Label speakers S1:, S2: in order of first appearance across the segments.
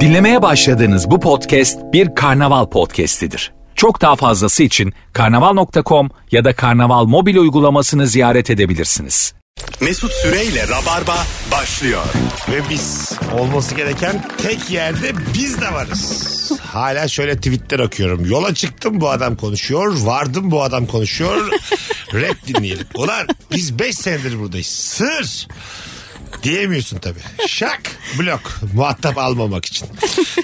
S1: Dinlemeye başladığınız bu podcast bir karnaval podcastidir. Çok daha fazlası için karnaval.com ya da karnaval mobil uygulamasını ziyaret edebilirsiniz.
S2: Mesut Süreyle Rabarba başlıyor.
S3: Ve biz olması gereken tek yerde biz de varız. Hala şöyle tweetler okuyorum. Yola çıktım bu adam konuşuyor. Vardım bu adam konuşuyor. Rap dinleyelim. Ulan biz 5 senedir buradayız. Sır. Diyemiyorsun tabii. Şak blok muhatap almamak için.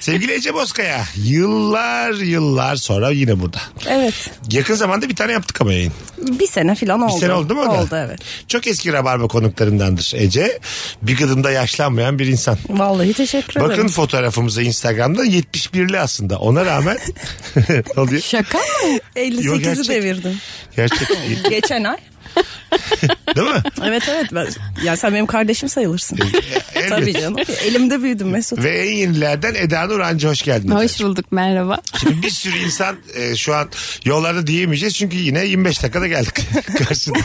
S3: Sevgili Ece Bozkaya yıllar yıllar sonra yine burada.
S4: Evet.
S3: Yakın zamanda bir tane yaptık ama yayın.
S4: Bir sene filan oldu.
S3: Bir sene oldu mu o da?
S4: Oldu evet.
S3: Çok eski rabarba konuklarındandır Ece. Bir gıdımda yaşlanmayan bir insan.
S4: Vallahi teşekkür ederim.
S3: Bakın fotoğrafımıza Instagram'da 71'li aslında. Ona rağmen ne oluyor?
S5: Şaka mı?
S3: Yo,
S4: 58'i
S3: gerçek.
S4: devirdim.
S3: Gerçek değil,
S4: Geçen ay.
S3: değil mi?
S4: Evet evet. Ben, ya sen benim kardeşim sayılırsın.
S3: Evet.
S4: Tabii canım. Elimde büyüdüm Mesut.
S3: Ve en yenilerden Eda Nur Anca hoş geldin.
S5: Hoş bulduk merhaba.
S3: Şimdi bir sürü insan e, şu an yollarda diyemeyeceğiz çünkü yine 25 dakikada geldik karşıdan.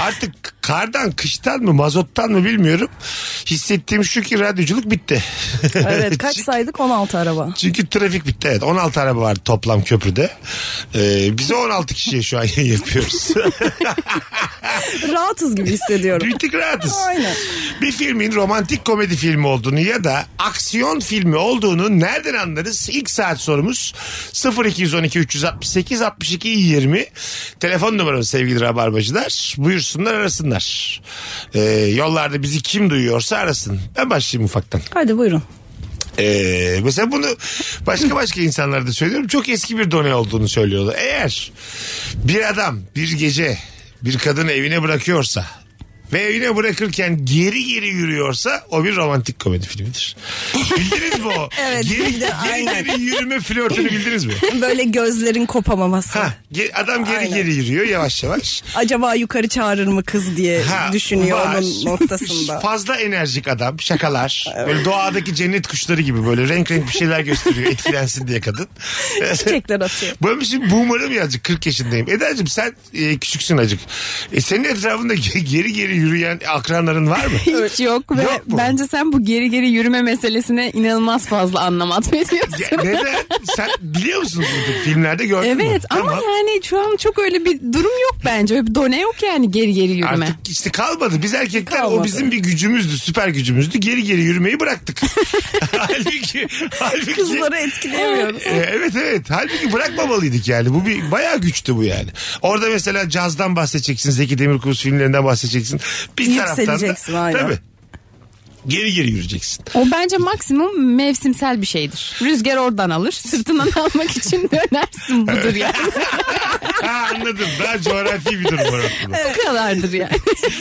S3: Artık kardan, kıştan mı, mazottan mı bilmiyorum. Hissettiğim şu ki radyoculuk bitti.
S4: Evet kaç saydık 16 araba.
S3: Çünkü trafik bitti evet. 16 araba var toplam köprüde. Ee, biz 16 kişiye şu an yayın yapıyoruz.
S4: Rahatız gibi hissediyorum.
S3: Bir tık rahatız.
S4: Aynen.
S3: Bir filmin romantik komedi filmi olduğunu ya da aksiyon filmi olduğunu nereden anlarız? İlk saat sorumuz 0212 368 62 20. Telefon numaramız sevgili rabarbacılar. Buyursunlar arasınlar. Ee, yollarda bizi kim duyuyorsa arasın. Ben başlayayım ufaktan.
S4: Hadi buyurun.
S3: Ee, mesela bunu başka başka insanlara da söylüyorum. Çok eski bir done olduğunu söylüyorlar. Eğer bir adam bir gece bir kadını evine bırakıyorsa ve evine bırakırken geri geri yürüyorsa o bir romantik komedi filmidir. Bildiniz mi o?
S4: Evet,
S3: Geri,
S4: bildim,
S3: geri,
S4: aynen.
S3: geri yürüme flörtünü bildiniz mi?
S4: Böyle gözlerin kopamaması.
S3: Ha, ge- adam geri
S4: Aynen.
S3: geri yürüyor yavaş yavaş.
S4: Acaba yukarı çağırır mı kız diye
S3: Ha,
S4: düşünüyor
S3: var.
S4: onun noktasında.
S3: Fazla enerjik adam şakalar. Böyle doğadaki cennet kuşları gibi böyle renk renk bir şeyler gösteriyor etkilensin diye kadın.
S4: Çiçekler atıyor.
S3: Ben bir şey boomer'ım ya azıcık 40 yaşındayım. Eda'cığım sen e, küçüksün acık. E, senin etrafında ge- geri geri yürüyen akranların var mı?
S5: Hiç yok ve
S3: Yok mu?
S5: bence sen bu geri geri yürüme meselesine inanılmaz fazla anlam atmıyorsun.
S3: Ya, neden? Sen biliyor musun bunu? Filmlerde gördün mü?
S5: Evet ama
S3: Tamam.
S5: yani şu an çok öyle bir durum yok bence. Öyle bir done yok yani geri geri yürüme.
S3: Artık işte kalmadı. Biz erkekler o
S4: Kalmadı.
S3: bizim bir gücümüzdü, süper gücümüzdü. Geri geri yürümeyi bıraktık. halbuki, halbuki
S4: Kızları etkileyemiyoruz.
S3: E, Evet evet. Halbuki bırakmamalıydık yani. Bu bir bayağı güçtü bu yani. Orada mesela cazdan bahsedeceksin. Zeki Demirkubuz filmlerinden bahsedeceksin. Bir
S4: Yükseleceksin,
S3: taraftan da
S4: aynen.
S3: tabii. Geri geri yürüyeceksin.
S5: O bence maksimum mevsimsel bir şeydir. Rüzgar oradan alır. Sırtından almak için dönersin budur yani.
S3: Ha anladım. Daha coğrafi bir durum var ortada.
S5: Bu kadardır yani.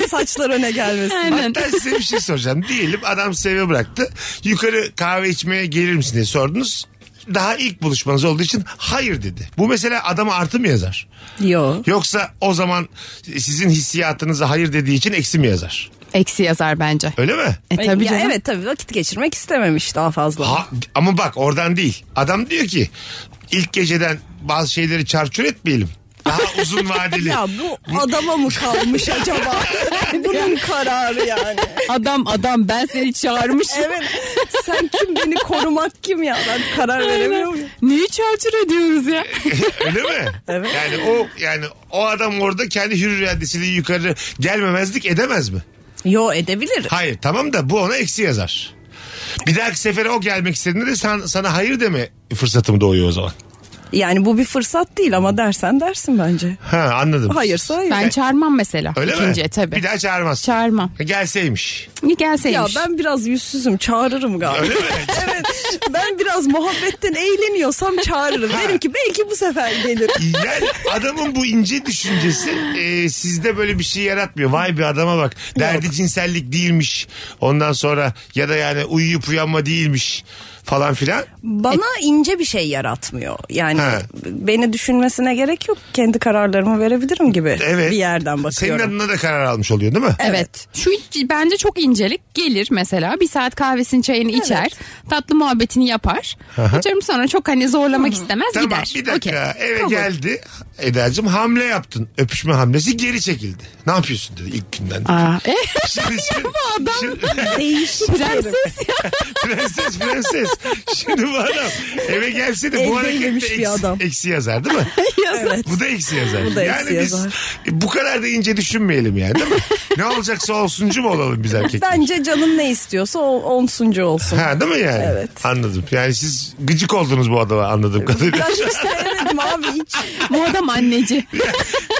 S4: Saçlar öne gelmesin.
S5: Aynen.
S3: Hatta size bir şey soracağım. Diyelim adam seve bıraktı. Yukarı kahve içmeye gelir misin diye sordunuz. Daha ilk buluşmanız olduğu için hayır dedi. Bu mesela adama artı mı yazar?
S4: Yok.
S3: Yoksa o zaman sizin hissiyatınıza hayır dediği için eksi mi yazar?
S5: Eksi yazar bence.
S3: Öyle mi?
S5: E tabii
S4: ya
S5: canım.
S4: Evet tabii vakit geçirmek istememiş daha fazla.
S3: Ha, ama bak oradan değil. Adam diyor ki ilk geceden bazı şeyleri çarçur etmeyelim. Daha uzun vadeli.
S4: Ya bu adama mı kalmış acaba? Bunun kararı yani.
S5: Adam adam ben seni çağırmışım.
S4: Evet. Sen kim beni korumak kim ya? Ben karar veremiyor
S3: şey
S4: muyum?
S5: Neyi çarçur ediyoruz ya?
S3: Öyle mi?
S4: Evet.
S3: Yani o yani o adam orada kendi hür iradesiyle yukarı gelmemezlik edemez mi?
S4: Yo edebilir.
S3: Hayır tamam da bu ona eksi yazar. Bir dahaki sefere o gelmek istediğinde de sen, sana hayır deme fırsatım doğuyor o zaman.
S4: Yani bu bir fırsat değil ama dersen dersin bence.
S3: Ha anladım.
S4: Hayırsa hayır.
S5: Ben çağırmam mesela.
S3: Öyle
S5: İkinciye
S3: mi?
S5: tabii.
S3: Bir daha çağırmaz.
S5: Çağırmam.
S3: Gelseymiş.
S5: İyi gelseymiş.
S4: Ya ben biraz yüzsüzüm çağırırım galiba.
S3: Öyle mi?
S4: evet ben biraz muhabbetten eğleniyorsam çağırırım. Derim ki belki bu sefer gelir.
S3: Yani adamın bu ince düşüncesi e, sizde böyle bir şey yaratmıyor. Vay be adama bak. Derdi cinsellik değilmiş. Ondan sonra ya da yani uyuyup uyanma değilmiş falan filan.
S4: Bana ince bir şey yaratmıyor. Yani
S3: Ha.
S4: beni düşünmesine gerek yok. Kendi kararlarımı verebilirim gibi
S3: Evet.
S4: bir yerden
S3: Senin
S4: bakıyorum.
S3: adına da karar almış oluyor değil mi?
S5: Evet. Şu hiç- bence çok incelik. Gelir mesela bir saat kahvesini çayını içer. Tatlı muhabbetini yapar. Açarım sonra çok hani zorlamak istemez
S3: Tamam
S5: gider.
S3: bir dakika
S5: Okey.
S3: eve
S5: Kabul.
S3: geldi Eda'cığım hamle yaptın. Öpüşme hamlesi geri çekildi. Ne yapıyorsun dedi ilk günden.
S5: Aa, e,
S3: Şimdi, şimdi,
S5: adam.
S3: şimdi-
S4: Değişik.
S5: prenses ya.
S3: prenses prenses. Şimdi bu adam eve gelse de bu
S4: Elde
S3: harekette
S4: yemiş
S3: eksi,
S4: bir adam.
S3: eksi yazar değil mi?
S4: evet.
S3: Bu da eksi yazar.
S4: Bu da
S3: yani
S4: eksi
S3: biz
S4: yazar.
S3: bu kadar da ince düşünmeyelim yani değil mi? ne olacaksa olsuncu mu olalım biz erkekler?
S4: Bence canın ne istiyorsa o onsuncu olsun.
S3: Ha değil mi yani?
S4: Evet.
S3: Anladım. Yani siz gıcık oldunuz bu adama anladığım kadarıyla.
S4: Ben hiç sevmedim abi hiç.
S5: Bu adam anneci.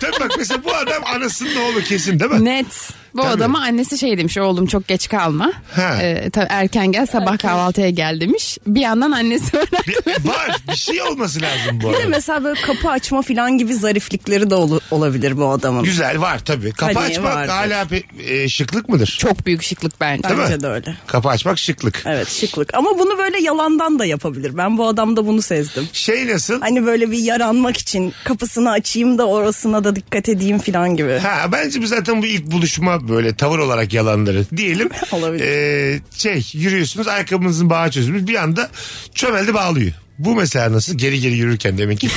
S3: Tabii bak mesela bu adam anasının oğlu kesin değil mi?
S5: Net. Bu
S3: Tabii.
S5: adama annesi şey demiş oğlum çok geç kalma.
S3: Ha.
S5: Ee, tabii erken gel sabah kahvaltıya gel demiş. Bir yandan annesi öğren-
S3: Bir- var bir şey olması lazım bu
S4: Bir de
S3: arada.
S4: mesela böyle kapı açma falan gibi zariflikleri de olu- olabilir bu adamın.
S3: Güzel var tabii. Kapı
S4: Hani
S3: açmak
S4: vardır.
S3: hala pe- e, şıklık mıdır?
S5: Çok büyük şıklık bence.
S3: Değil mi?
S4: Bence de öyle.
S3: Kapı açmak şıklık.
S4: Evet şıklık. Ama bunu böyle yalandan da yapabilir. Ben bu adamda bunu sezdim.
S3: Şey nasıl?
S4: Hani böyle bir yaranmak için kapısını açayım da orasına da dikkat edeyim falan gibi.
S3: Ha bence bu zaten bu ilk buluşma böyle tavır olarak yalanları diyelim.
S4: Olabilir.
S3: e, şey yürüyorsunuz ayakkabınızın bağı çözülmüş bir anda çömeldi bağlıyor. Bu mesela nasıl geri geri yürürken demek ki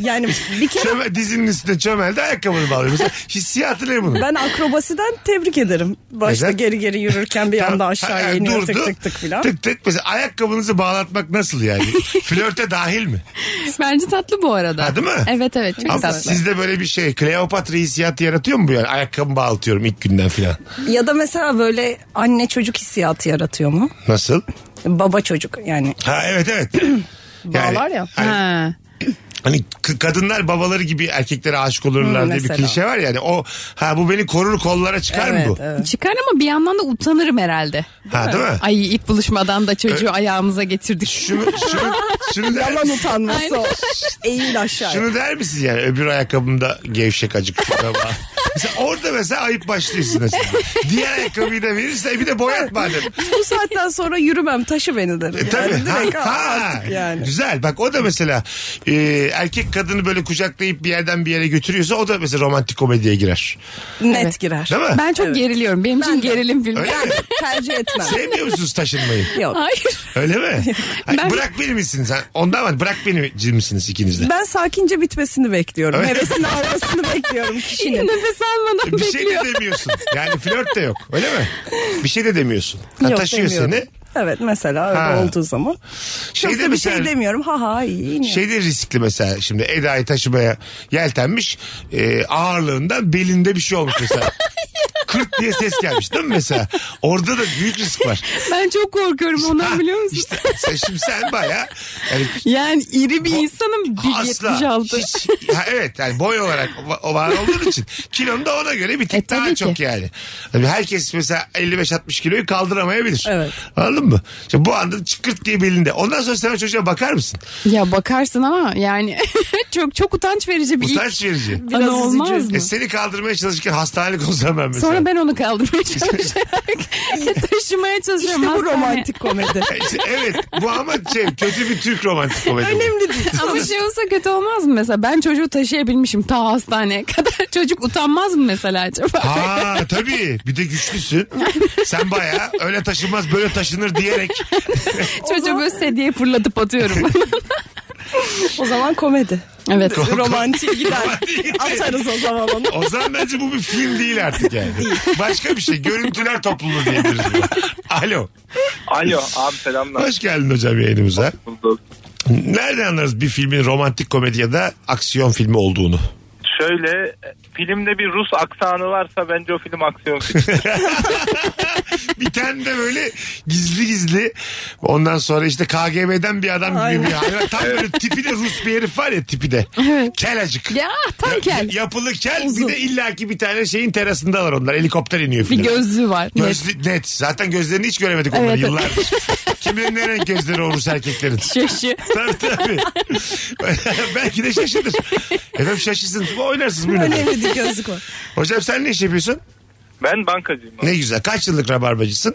S4: Yani bir kere
S3: Çöme, dizinin üstüne çömeldi ayakkabını bağlıyor. Mesela hissiyatı ne bunun?
S4: ben akrobasiden tebrik ederim. Başta
S3: Neden?
S4: geri geri yürürken bir anda
S3: Tamam. Ha,
S4: aşağıya
S3: ha,
S4: iniyor
S3: durdu.
S4: tık tık tık falan.
S3: Tık tık. Mesela ayakkabınızı bağlatmak nasıl yani? Flörte dahil mi?
S5: Bence tatlı bu arada.
S3: Ha, değil mi?
S5: Evet evet çok
S3: Ama
S5: tatlı.
S3: sizde böyle bir şey Kleopatra hissiyatı yaratıyor mu bu yani? Ayakkabımı bağlatıyorum ilk günden filan.
S4: Ya da mesela böyle anne çocuk hissiyatı yaratıyor mu?
S3: Nasıl?
S4: Baba çocuk yani.
S3: Ha evet evet. Yani-
S4: Bağlar ya.
S3: Hani,
S5: Ha.
S3: hani k- kadınlar babaları gibi erkeklere aşık olurlar
S4: Hmm,
S3: diye bir
S4: mesela.
S3: klişe var yani. O ha bu beni korur kollara çıkar
S4: Evet,
S3: mı bu?
S4: evet.
S5: Çıkar ama bir yandan da utanırım herhalde.
S3: Ha değil mi?
S5: Ay ilk buluşmadan da çocuğu ayağımıza getirdik.
S3: Şunu şunu şunu der,
S4: Yalan utanması
S5: Aynen.
S4: o. Eğil aşağı.
S3: şunu der misin yani öbür ayakkabımda gevşek acık şurada bak. Mesela orada mesela ayıp başlıyorsun aslında. Diğer ayakkabıyı da verirse bir de boyat madem.
S4: Bu saatten sonra yürümem taşı beni derim.
S3: E, tabii.
S4: Yani direkt
S3: Ha,
S4: "Aa,
S3: ha.
S4: artık yani.
S3: Güzel. Bak o da mesela e, erkek kadını böyle kucaklayıp bir yerden bir yere götürüyorsa o da mesela romantik komediye girer.
S4: Net
S5: Evet.
S4: girer.
S3: Değil mi?
S5: Ben çok
S4: Evet.
S5: geriliyorum. Benim için gerilim filmi.
S3: Öyle mi?
S4: Tercih etmem.
S3: Sevmiyor musunuz taşınmayı?
S4: Yok.
S5: Hayır.
S3: Öyle mi? Ay,
S5: Ben-
S3: Bırak beni misiniz? Ha, Ondan var. Bırak beni misiniz ikiniz de?
S4: Ben sakince bitmesini bekliyorum.
S3: Öyle.
S4: Hevesini almasını bekliyorum
S5: Şimdi
S4: kişinin.
S5: nefes almadan
S3: Bir şey
S5: bekliyor.
S3: de demiyorsun. Yani flört de yok. Öyle mi? Bir şey de demiyorsun. Ha,
S4: Yok,
S3: taşıyor
S4: demiyorum.
S3: seni.
S4: Evet mesela öyle
S3: Ha.
S4: olduğu zaman.
S3: Şey
S4: Çok
S3: de
S4: da bir
S3: mesela-
S4: şey demiyorum. Ha ha iyi. yine.
S3: Şey de riskli mesela şimdi Eda'yı taşımaya yeltenmiş e, ağırlığından belinde bir şey olmuş mesela. Kırt diye ses gelmiş değil mi mesela? Orada da büyük risk var.
S5: Ben çok korkuyorum ondan
S3: Ha,
S5: biliyor musun?
S3: işte sen, şimdi sen baya yani
S5: Yani iri bir insanım.
S3: asla
S5: 1.76.
S3: hiç ha, evet yani boy olarak va- o var olduğun için kilon da ona göre bir tık
S5: E,
S3: daha
S5: tabii
S3: çok
S5: ki.
S3: yani. Tabii herkes mesela 55-60 kiloyu kaldıramayabilir.
S4: Evet.
S3: Anladın mı? Şimdi bu anda çıkırt diye belinde. Ondan sonra sen o çocuğa bakar mısın?
S5: Ya bakarsın ama yani çok çok utanç verici bir
S3: Utanç verici.
S5: ilk anı
S4: üzücü.
S5: olmaz mı?
S3: E, seni kaldırmaya çalışırken hastanelik olsam ben mesela.
S5: Sonra ben onu kaldırmaya çalışarak taşımaya çalışıyorum.
S4: İşte bu
S3: hani
S5: hastaneye.
S4: romantik komedi.
S3: E, işte evet bu ama şey, kötü bir Türk romantik komedi. bu.
S4: Önemli değil.
S5: Ama şey olsa kötü olmaz mı mesela? Ben çocuğu taşıyabilmişim ta hastaneye kadar. Çocuk utanmaz mı mesela acaba?
S3: Ha tabii bir de güçlüsün. Sen baya öyle taşınmaz böyle taşınır diyerek
S5: Çocuğu böyle sedyeye fırlatıp atıyorum.
S4: O zaman komedi.
S5: evet.
S4: Romantik gider. Atarız o zaman onu.
S3: O zaman bence bu bir film değil artık yani. Başka bir şey. Görüntüler topluluğu diyebiliriz. buna. Alo.
S6: Alo abi selamlar.
S3: Hoş geldin hocam yayınımıza.
S6: Bulduk.
S3: Nereden anlarız bir filmin romantik komedi ya da aksiyon filmi olduğunu?
S6: Şöyle filmde bir Rus aksanı varsa bence o film aksiyon filmi.
S3: Bir tane de böyle gizli gizli ondan sonra işte KGB'den bir adam gibi bir hayvan. Tam böyle tipi de Rus bir herif var ya tipi de. Kel acık.
S5: Ya tam kel.
S3: Yapılı kel
S5: Uzun.
S3: bir de illaki bir tane şeyin terasındalar onlar. Helikopter iniyor
S5: Bir
S3: filan.
S5: gözlüğü var. Net.
S3: Gözlü, net. Zaten gözlerini hiç göremedik onları
S5: Evet.
S3: yıllardır. Kim bilir ne renk gözleri o Rus erkeklerin.
S5: Şaşı.
S3: tabii tabii. Belki de şaşırır. Efendim şaşırsın. Oynarsınız buyurun. efendim.
S4: Önemli değil gözlük var.
S3: Hocam sen ne iş yapıyorsun?
S6: ben bankacıyım abi.
S3: Ne güzel. Kaç yıllık rabarbacısın?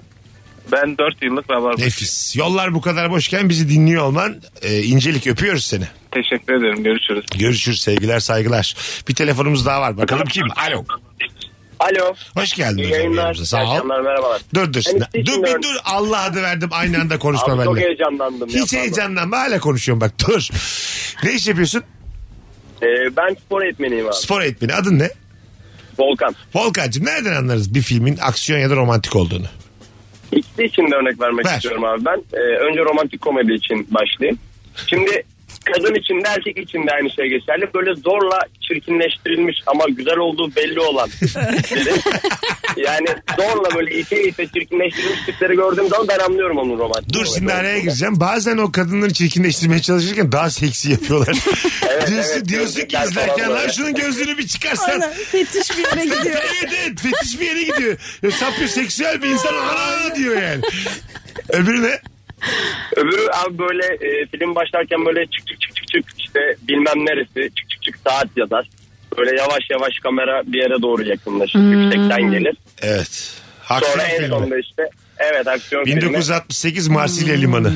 S6: Ben 4 yıllık rabarba.
S3: Nefis. Yollar bu kadar boşken bizi dinliyor olman e, incelik öpüyoruz seni.
S6: Teşekkür ederim. Görüşürüz.
S3: Görüşürüz sevgiler saygılar. Bir telefonumuz daha var bakalım kim? Alo.
S7: Alo.
S3: Hoş geldin
S7: İyi
S3: hocam
S7: yayınlar.
S3: yayınımıza. Sağ
S7: İyi
S3: ol.
S7: akşamlar, merhabalar.
S3: Dur dur.
S7: Ben
S3: Dur
S7: istiyorum.
S3: bir dur. Allah adı verdim aynı anda konuşma
S7: Abi çok
S3: benimle.
S7: heyecanlandım. ya,
S3: Hiç
S7: pardon.
S3: heyecanlanma hala konuşuyorum bak dur. Ne iş yapıyorsun?
S7: Ee, ben spor eğitmeniyim abi.
S3: Spor eğitmeni adın ne?
S7: Volkan.
S3: Volkan'cığım nereden anlarız bir filmin aksiyon ya da romantik olduğunu?
S7: İkisi için de örnek vermek
S3: Ver.
S7: istiyorum abi ben. Ee, önce romantik komedi için başlayayım. Şimdi kadın için de erkek için de aynı şey geçerli. Böyle zorla çirkinleştirilmiş ama güzel olduğu belli olan tipleri. yani zorla böyle ite ite çirkinleştirilmiş tipleri gördüğüm zaman ben anlıyorum onun romantik
S3: Dur
S7: komedi
S3: şimdi araya
S7: olduğunu.
S3: gireceğim. Bazen o kadınları çirkinleştirmeye çalışırken daha seksi yapıyorlar.
S7: Evet,
S3: diyorsun,
S7: evet,
S3: diyorsun ki
S7: gözlükler
S3: izlerken
S7: falan
S3: lan
S7: böyle."
S3: şunun gözlüğünü bir çıkarsan.
S4: Aynen fetiş bir yere gidiyor.
S3: evet evet fetiş bir yere gidiyor. Ya, sapyo seksüel bir insan ana diyor yani. Öbürü ne?
S7: Öbürü abi böyle e, film başlarken böyle çık çık çık çık çık işte bilmem neresi çık çık çık saat yazar. Böyle yavaş yavaş kamera bir yere doğru yakınlaşır. Yüksekten gelir.
S3: Evet.
S7: Sonra
S3: Aksiyon
S7: en
S3: filmi.
S7: sonunda işte evet aksiyon filmi.
S3: 1968 Marsilya Limanı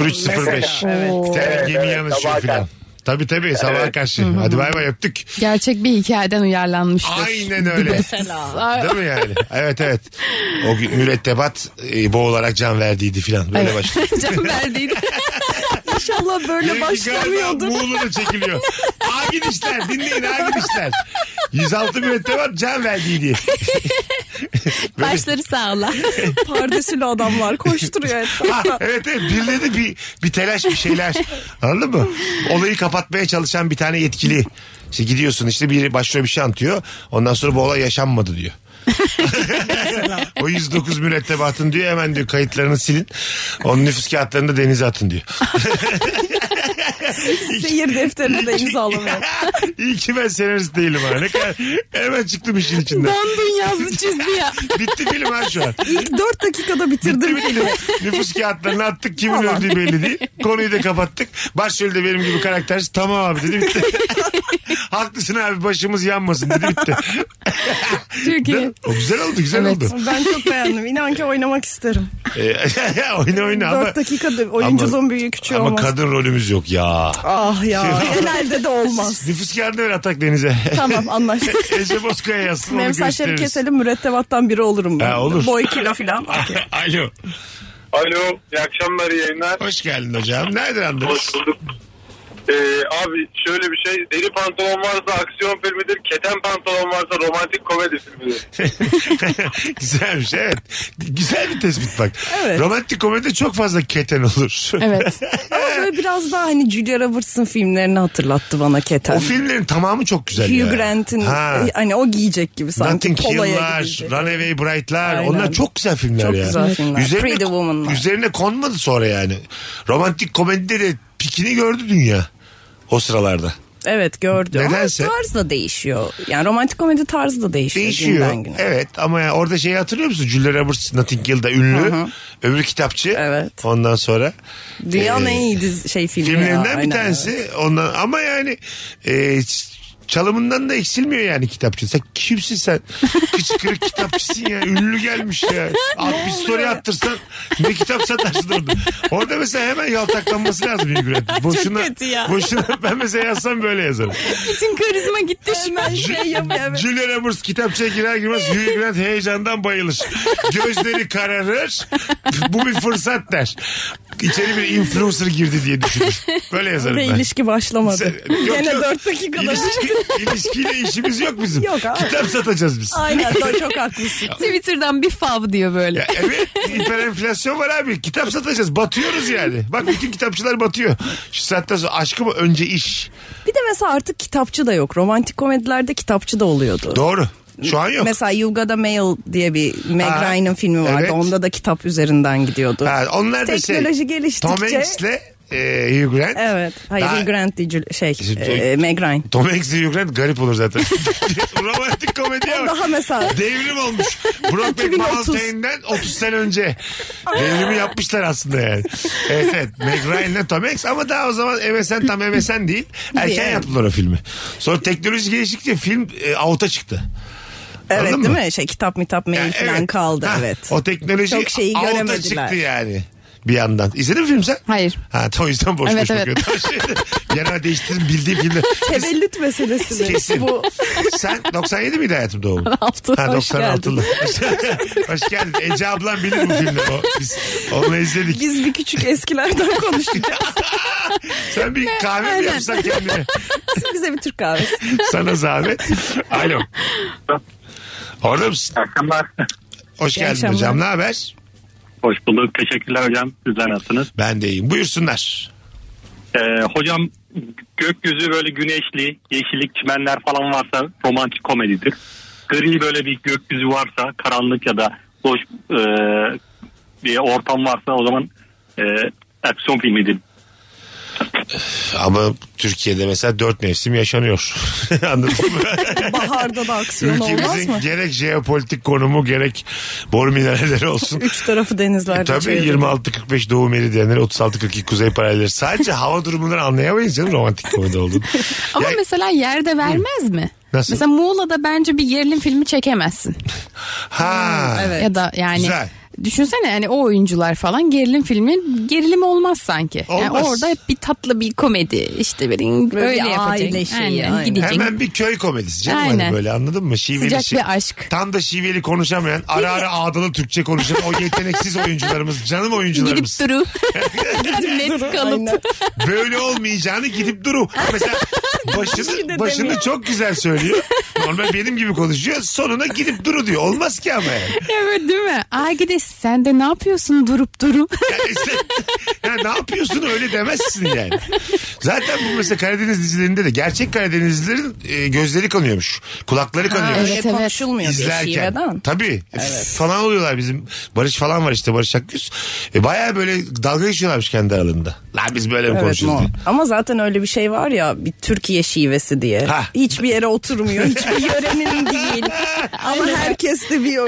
S3: 0305.
S7: Evet.
S3: Bir tane
S7: Evet,
S3: gemi
S7: evet,
S3: yanaşıyor
S7: sabaha
S3: filan.
S7: karşı.
S3: Tabii tabii sabaha
S7: Evet.
S3: karşı. Hadi bay bay öptük.
S5: Gerçek bir hikayeden uyarlanmıştır.
S3: Aynen öyle. Değil mi yani? Evet evet. O gün mürettebat e, boğularak can verdiydi filan. Böyle başlıyor.
S5: Can verdiydi.
S4: İnşallah böyle
S3: Diyor ki, galiba
S4: başlamıyordur.
S3: Muğla'da çekiliyor. Agin işler dinleyin agin işler. 106 mürettebat can verdiydi.
S5: Başları sağla.
S4: Pardesülü adamlar koşturuyor
S3: Ha,
S4: etrafta.
S3: evet evet birileri bir, bir telaş bir şeyler. Anladın mı? Olayı kapatmaya çalışan bir tane yetkili. İşte gidiyorsun işte biri başlıyor bir şey anlatıyor. Ondan sonra bu olay yaşanmadı diyor. o 109 mürettebatın diyor hemen diyor kayıtlarını silin. Onun nüfus kağıtlarını da denize atın diyor.
S4: Seyir defterine de imzalamıyor.
S3: İyi ki ben senarist değilim ha. Ne kadar hemen çıktım işin içinden.
S5: Dondun yazdı çizdi ya.
S3: Bitti film ha şu an.
S4: İlk 4 dakikada
S3: Bitti
S4: bitirdim
S3: film.
S4: filmi.
S3: Nüfus kağıtlarını attık. Kimin
S4: Tamam.
S3: öldüğü belli değil. Konuyu da kapattık. Başrolü de benim gibi karaktersiz. Tamam abi dedi bitti. Haklısın abi başımız yanmasın dedi bitti.
S5: Çok iyi.
S3: o güzel oldu güzel
S5: Evet.
S3: oldu.
S4: Ben çok beğendim. İnan ki oynamak isterim.
S3: Ee, oyna oyna ama.
S4: 4 dakikada oyunculuğun büyüğü küçüğü
S3: Ama
S4: olmaz.
S3: kadın rolümüz yok ya.
S4: Ah ya genelde de olmaz.
S3: Nüfus kağıdını ver atak denize.
S4: Tamam anlaştık.
S3: Ece Bozkaya yazsın onu
S4: Benim saçları
S3: gösteririz.
S4: keselim mürettebattan biri olurum ben.
S3: Ha, olur.
S4: Boy kilo falan.
S3: Alo.
S6: Alo. iyi akşamlar iyi yayınlar.
S3: Hoş geldin hocam. Nereden anladınız?
S6: Hoş bulduk. Ee, abi şöyle bir şey. Deli pantolon varsa aksiyon filmidir. Keten pantolon varsa romantik komedi filmidir.
S3: Güzelmiş evet. Güzel bir tespit bak.
S4: Evet.
S3: Romantik komedide çok fazla keten olur.
S5: Evet.
S4: Ama böyle biraz daha hani Julia Roberts'ın filmlerini hatırlattı bana Keten.
S3: O filmlerin tamamı çok güzel ya.
S4: Hugh Grant'in
S3: Ha.
S4: e, hani o giyecek gibi sanki
S3: Nothing
S4: Pola'ya
S3: Hill'lar,
S4: gidecek.
S3: Runaway Bright'lar
S4: Aynen.
S3: onlar çok güzel filmler
S4: Çok
S3: ya.
S4: güzel filmler. Pretty Woman'lar.
S3: üzerine konmadı sonra yani. Romantik komedide de pikini gördü dünya o sıralarda.
S4: Evet gördüm.
S3: Nedense-
S4: Ama tarz da değişiyor. Yani romantik komedi tarzı da değişiyor,
S3: Değişiyor.
S4: günden güne.
S3: Evet ama ya orada şeyi hatırlıyor musun? Julia Roberts Nothing Hill'da ünlü. Öbür kitapçı.
S4: Evet.
S3: Ondan sonra.
S4: Dünyanın
S3: Ee,
S4: en iyi dizi, şey filmi. ya,
S3: Filmlerinden bir
S4: aynen,
S3: tanesi. Ondan ama yani e, ç- çalımından da eksilmiyor yani kitapçı. Sen kimsin sen? Kıçkırık kitapçısın ya. Ünlü gelmiş ya. At bir story attırsan ne kitap satarsın orada. Orada mesela hemen yaltaklanması lazım Hugh Grant. Boşuna,
S5: kötü ya.
S3: boşuna ben mesela yazsam böyle yazarım.
S5: Bütün karizma gitti şu an.
S4: Şey
S3: Julia Roberts kitapçıya girer girmez Hugh Grant heyecandan bayılır. Gözleri kararır. Bu bir fırsat der. İçeri bir influencer girdi diye düşünür. Böyle yazarım
S4: Ve
S3: ben.
S4: ilişki başlamadı.
S3: Sen- yok,
S4: Gene
S3: yok.
S4: 4 dakikada.
S3: İlişki, ilişkiyle işimiz yok bizim.
S4: Yok abi.
S3: Kitap satacağız biz.
S4: Aynen doğru, çok haklısın.
S5: Twitter'dan bir fav diyor böyle.
S3: Ya evet hiper enflasyon var abi. Kitap satacağız. Batıyoruz yani. Bak bütün kitapçılar batıyor. Şu saatten sonra aşkı mı önce iş.
S4: Bir de mesela artık kitapçı da yok. Romantik komedilerde kitapçı da oluyordu.
S3: Doğru. Şu an yok.
S4: Mesela You Got a Mail diye bir Meg
S3: Ha,
S4: Ryan'ın filmi vardı.
S3: evet.
S4: Onda da kitap üzerinden gidiyordu.
S3: Ha, onlar da
S4: Teknoloji
S3: şey,
S4: geliştikçe-
S3: Tom Hanks'le e, Hugh Grant.
S4: Evet. Hayır
S3: Daha-
S4: Hugh Grant değil, Jul- şey
S3: İşte-
S4: e, Meg Ryan.
S3: Tom Hanks ile Hugh Grant garip olur zaten. Romantik komediye bak.
S4: Daha mesela
S3: Devrim olmuş. Brokeback
S4: 2030.
S3: Mountain'den 30 sene önce. Devrimi yapmışlar aslında yani. Evet evet. Meg Ryan'la Tom Hanks ama daha o zaman MSN tam MSN değil. Erken
S4: Değil.
S3: yaptılar o filmi. Sonra teknoloji geliştikçe film e, out'a çıktı.
S4: Evet
S3: Anladın
S4: değil
S3: mı?
S4: mi? Şey kitap mitap mail
S3: Yani
S4: falan kaldı
S3: Ha,
S4: evet.
S3: O teknoloji
S4: Çok şeyi
S3: avuta
S4: göremediler.
S3: çıktı yani bir yandan. İzledin mi film sen?
S5: Hayır.
S3: Ha, tam o yüzden boş
S5: Evet,
S3: boş
S5: evet.
S3: bakıyordum. Genel değiştirin bildiği filmler.
S4: Tevellüt meselesi mi?
S3: Kesin.
S4: Bu
S3: Sen 97 miydi hayatım doğumun?
S5: Altı,
S3: Ha,
S5: hoş geldin.
S3: 96'lı. hoş geldin. Ece ablam bilir bu filmi. O, biz onu izledik.
S4: biz bir küçük eskilerden konuşacağız.
S3: Sen bir kahve mi
S4: Aynen.
S3: yapsan kendine?
S4: Bize bir Türk kahvesi.
S3: Sana zahmet. Alo. Orada mısın?
S8: Akşamlar.
S3: Hoş geldin
S4: akşamlar.
S3: hocam. Ne haber?
S8: Hoş bulduk. Teşekkürler hocam. Sizler nasılsınız?
S3: Ben de iyiyim. Buyursunlar.
S8: Ee, hocam gökyüzü böyle güneşli, yeşillik, çimenler falan varsa romantik komedidir. Gri böyle bir gökyüzü varsa, karanlık ya da boş e, bir ortam varsa o zaman e, aksiyon filmidir.
S3: Ama Türkiye'de mesela dört mevsim yaşanıyor. Anladın mı?
S4: Baharda da aksiyon olmaz mı?
S3: Ülkemizin gerek jeopolitik konumu gerek boru mineralleri olsun.
S4: Üç tarafı denizlerde
S3: E, Tabii
S4: çevrili.
S3: 26-45 doğu meridyenleri 36-42 kuzey paralelleri. Sadece hava durumundan anlayamayız canım romantik komedi olduğunu.
S5: Ama
S3: Ya-
S5: mesela yerde vermez mi?
S3: Nasıl?
S5: Mesela Muğla'da bence bir gerilim filmi çekemezsin.
S3: ha.
S4: Evet.
S5: Ya da yani
S3: Güzel.
S5: düşünsene yani o oyuncular falan gerilim filmin gerilim olmaz sanki. Yani
S3: Olmaz.
S5: orada hep bir tatlı bir komedi işte böyle,
S4: Böyle
S5: öyle
S4: bir aile
S5: yapacak.
S4: şeyi, aynen.
S5: gidecek.
S3: Hemen bir köy komedisi canım hani
S5: Aynen.
S3: böyle anladın mı? Şiveli
S5: Sıcak
S3: şi-
S5: bir aşk.
S3: Tam da şiveli konuşamayan ara ara ağdalı Türkçe konuşan o yeteneksiz oyuncularımız canım
S5: Gidip
S3: oyuncularımız.
S5: duru. Net kalıp.
S3: Böyle olmayacağını gidip duru. Mesela başını,
S4: de
S3: başını
S4: demiyor.
S3: çok güzel söylüyor. Normal benim gibi konuşuyor. Sonuna gidip duru diyor. Olmaz ki ama yani.
S5: Evet değil mi? Aa gidesin sen de ne yapıyorsun durup duru.
S3: Yani sen- ya ne yapıyorsun öyle demezsin yani. Zaten bu mesela Karadeniz dizilerinde de gerçek Karadenizlilerin e, gözleri kanıyormuş. Kulakları kanıyormuş.
S5: evet,
S4: evet,
S5: evet.
S4: konuşulmuyor diye şiveden.
S3: İzlerken. Tabii. Falan oluyorlar bizim. Barış falan var işte Barış Akgüz. E, Baya böyle dalga geçiyorlarmış kendi aralarında. Lan biz böyle mi
S4: Evet,
S3: konuşuyoruz
S4: no.
S3: diye.
S4: Ama zaten öyle bir şey var ya bir Türkiye şivesi diye.
S3: Ha.
S4: Hiçbir yere oturmuyor. Hiçbir yörenin değil. ama herkes de bir o-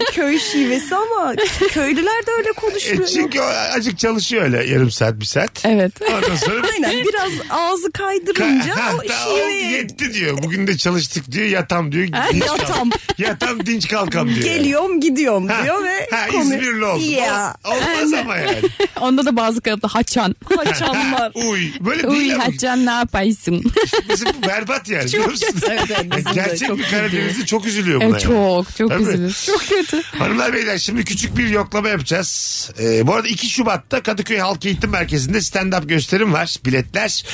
S4: o köy şivesi ama köylüler de öyle
S3: E,
S4: konuşmuyor.
S3: çünkü o acık çalışıyor öyle yarım saat bir saat.
S5: Evet.
S3: Ondan sonra
S4: Aynen biraz ağzı kaydırınca
S3: Ha, ha,
S4: o
S3: oldu,
S4: şive
S3: yetti diyor. Bugün de çalıştık diyor. Yatam diyor. Dinç kalk-
S4: yatam.
S3: Yatam dinç kalkam diyor. yani.
S4: geliyorum gidiyorum
S3: Ha,
S4: diyor ve
S3: ha,
S4: komik.
S3: İzmirli oldum. Oh.
S4: Ya.
S3: Ol- olmaz ama yani.
S5: Onda da bazı kalıpta haçan.
S4: Haçanlar.
S3: Uy. Böyle
S5: Uy
S3: değil ama.
S5: haçan ne yapaysın?
S3: Bizim bu berbat yani. biliyor musun?
S4: Evet, evet, bizim de
S3: Gerçek
S4: çok
S3: bir Karadenizli çok üzülüyor buna.
S5: Evet,
S3: yani.
S5: çok çok
S3: Tabii.
S5: üzülür. Çok kötü.
S3: Hanımlar beyler şimdi küçük bir yoklama yapacağız. Ee, bu arada 2 Şubat'ta Kadıköy Halk Eğitim Merkezi'nde stand-up gösterim var. Biletler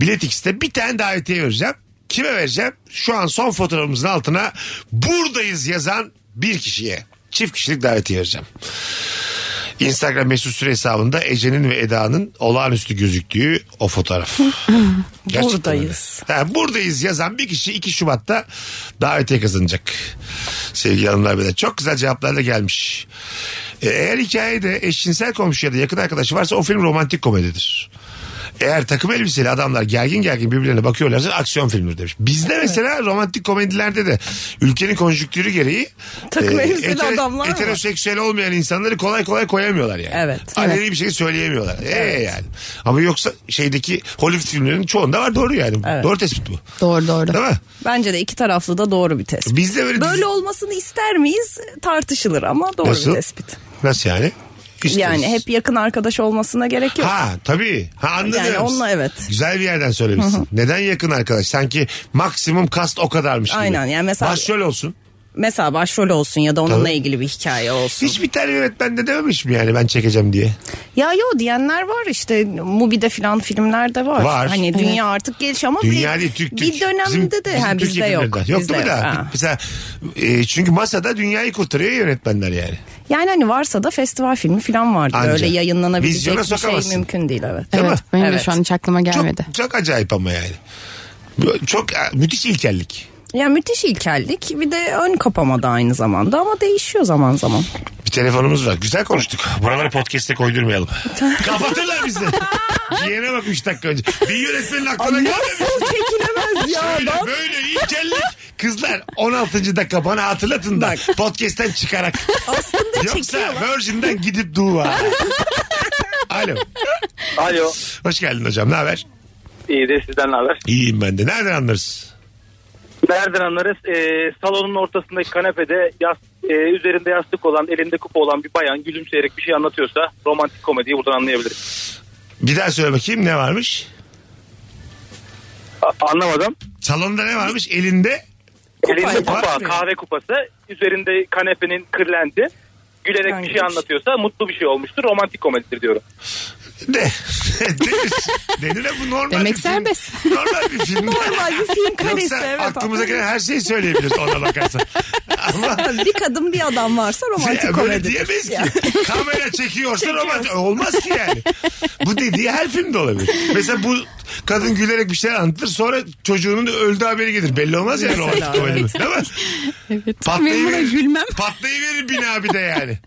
S3: Bilet X'te bir tane davetiye vereceğim. Kime vereceğim? Şu an son fotoğrafımızın altına buradayız yazan bir kişiye. Çift kişilik davetiye vereceğim. Instagram mesut süre hesabında Ece'nin ve Eda'nın olağanüstü gözüktüğü o fotoğraf. Gerçekten
S4: Buradayız.
S3: öyle. Ha, buradayız yazan bir kişi 2 Şubat'ta davetiye kazanacak. Sevgili hanımlar beyler. Çok güzel cevaplar da gelmiş. E, Eğer hikayede eşcinsel komşu ya da yakın arkadaşı varsa o film romantik komedidir. Eğer takım elbiseli adamlar gergin gergin birbirlerine bakıyorlarsa aksiyon filmidir demiş. Bizde mesela romantik komedilerde de ülkenin konjüktürü gereği e,
S4: Takım elbiseli adamlar var.
S3: heteroseksüel olmayan insanları kolay kolay koyamıyorlar yani.
S4: Evet.
S3: Aleni bir şey söyleyemiyorlar. Ee yani. Ama yoksa şeydeki Hollywood filmlerinin çoğunda var doğru yani.
S4: Evet.
S3: Doğru tespit bu.
S5: Doğru doğru.
S3: Değil mi?
S4: Bence de iki taraflı da doğru bir tespit.
S3: Bizde böyle, dizi-
S4: Böyle olmasını ister miyiz tartışılır ama doğru
S3: Nasıl?
S4: bir tespit.
S3: Nasıl yani? İsteriz.
S4: Yani hep yakın arkadaş olmasına gerek yok.
S3: Ha tabii. Ha anladım.
S4: Yani onunla evet.
S3: Güzel bir yerden söylemişsin. Neden yakın arkadaş? Sanki maksimum kast o kadarmış gibi.
S4: Aynen, yani mesela-
S3: Başrol olsun.
S4: Mesela başrol olsun ya da onunla
S3: Tabii.
S4: ilgili bir hikaye olsun.
S3: Hiçbir tane yönetmen de dememiş mi yani ben çekeceğim diye?
S4: Ya yo diyenler var işte Mubi'de filan filmlerde var.
S3: Var.
S4: Hani dünya artık gelişiyor ama
S3: Dünya
S4: bir,
S3: değil Türk Türk.
S4: bir dönemde de ha,
S3: Türkiye
S4: bizde yok.
S3: filmlerinden. Yok
S4: Bizde
S3: değil mi
S4: yok,
S3: daha?
S4: ha.
S3: Mesela e, çünkü masada dünyayı kurtarıyor yönetmenler yani.
S4: Yani hani varsa da festival filmi filan vardı.
S3: Anca.
S4: Öyle yayınlanabilecek
S3: Vizyona
S4: bir
S3: sokamazsın.
S4: şey mümkün değil evet.
S3: Değil mi?
S5: Evet benim de
S4: Evet.
S5: şu an hiç aklıma
S3: Çok,
S5: gelmedi.
S3: çok acayip ama yani. Çok e, müthiş ilkellik.
S4: Yani müthiş ilkellik bir de ön kapama da aynı zamanda ama değişiyor zaman zaman.
S3: Bir telefonumuz var. Güzel konuştuk. Buraları podcast'e koydurmayalım. Kapatırlar bizi. Yine bak 3 dakika önce. Bir yönetmenin aklına gelmemiş.
S4: çekilemez ya
S3: Böyle, böyle incellik. Kızlar 16. dakika bana hatırlatın da podcast'ten çıkarak.
S4: Aslında
S3: Yoksa Virgin'den gidip duva. Alo.
S6: Alo.
S3: Hoş geldin hocam. Ne haber?
S6: İyi de sizden ne haber?
S3: İyiyim ben de. Nereden anlarız?
S9: Berdiranları e, salonun ortasındaki kanepede yas, e, üzerinde yastık olan elinde kupa olan bir bayan gülümseyerek bir şey anlatıyorsa romantik komediyi buradan anlayabiliriz.
S3: Bir daha söyle bakayım ne varmış?
S9: A- anlamadım.
S3: Salonda ne varmış? Elinde
S9: Elinde
S4: Kupayla
S9: kupa
S4: oturuyor.
S9: kahve kupası üzerinde kanepenin kırlendi. Gülerek bir şey
S4: Kanka.
S9: anlatıyorsa mutlu bir şey olmuştur. Romantik komedidir diyorum.
S3: de. Denir. Denir de bu normal
S5: Demek
S3: bir film.
S5: serbest.
S3: Normal bir film.
S4: Normal bir film karesi.
S3: Yoksa
S4: evet.
S3: aklımıza gelen her şeyi söyleyebiliriz ona bakarsan. Ama
S4: bir kadın bir adam varsa romantik
S3: Ya böyle
S4: komedi.
S3: diyemeyiz ki. Kamera çekiyorsa romantik. Olmaz ki yani. Bu dediği her filmde olabilir. Mesela bu kadın gülerek bir şeyler anlatır sonra çocuğunun öldü haberi gelir. Belli olmaz yani romantik komedi. Değil mi?
S5: Evet.
S3: Patlayı
S5: Benim buna gülmem.
S3: Patlayıverir bina bir de yani.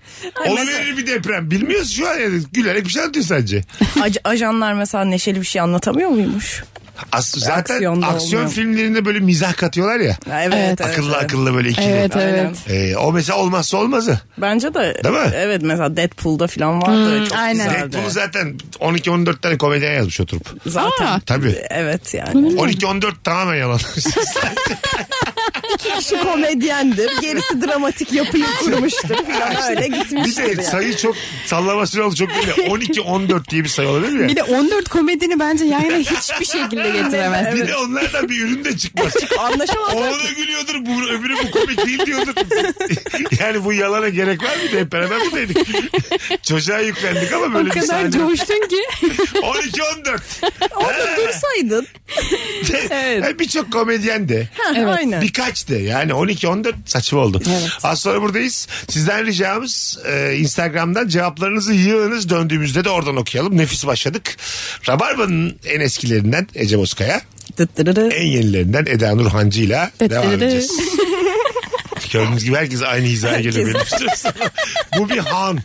S3: Onu verir bir deprem. Bilmiyorsun şu an yani. Gülerek bir şey anlatıyor sadece.
S4: Ac- ajanlar mesela neşeli bir şey anlatamıyor muymuş?
S3: As- zaten
S4: Aksiyonda
S3: aksiyon
S4: olmuyor.
S3: filmlerinde böyle mizah katıyorlar ya.
S4: Ha, Evet, evet,
S3: akıllı
S4: evet.
S3: akıllı böyle ikili.
S5: Evet
S4: Aynen.
S5: evet.
S3: Ee, o mesela olmazsa olmazı.
S4: Bence de.
S3: Değil mi?
S4: Evet mesela Deadpool'da falan vardı. Çok
S5: Hmm, aynen.
S4: güzeldi.
S3: Deadpool zaten 12-14 tane komedyen yazmış oturup.
S4: Zaten.
S5: Aa.
S3: Tabii.
S4: Evet yani.
S3: 12-14 tamamen yalan.
S4: Şu komedyendir. Gerisi dramatik yapıyı kurmuştur falan öyle
S3: bir
S4: gitmiştir.
S3: de
S4: yani.
S3: sayı çok sallama süre oldu çok belli. 12-14 diye bir sayı olabilir mi?
S5: Bir de 14 komedini bence yan yana hiçbir şekilde getiremez.
S3: Bir de onlardan bir ürün de çıkmaz. O
S4: Anlaşamazlar.
S3: ona gülüyordur, bu, öbürü bu komik değil diyordur. yani bu yalana gerek var mıydı? Hep beraber buradaydık. Çocuğa yüklendik ama
S5: O
S3: böyle bir
S5: kadar
S3: sahne.
S5: coştun ki.
S3: 12-14.
S4: Orada dursaydın.
S3: Yani Birçok komedyen de.
S4: Ha, Aynen.
S3: Birkaç de yani 12-14 saçma oldu. Az sonra buradayız. Sizden ricamız e, Instagram'dan cevaplarınızı yığınız döndüğümüzde de oradan okuyalım. Nefis başladık. Rabarba'nın en eskilerinden Ece Bozkaya,
S4: Dıt dırırı.
S3: en yenilerinden Eda Nur Hancı ile devam
S5: dırı.
S3: edeceğiz. Gördüğünüz gibi herkes aynı hizaya geliyor.
S4: Herkes.
S3: benim için. Bu bir han.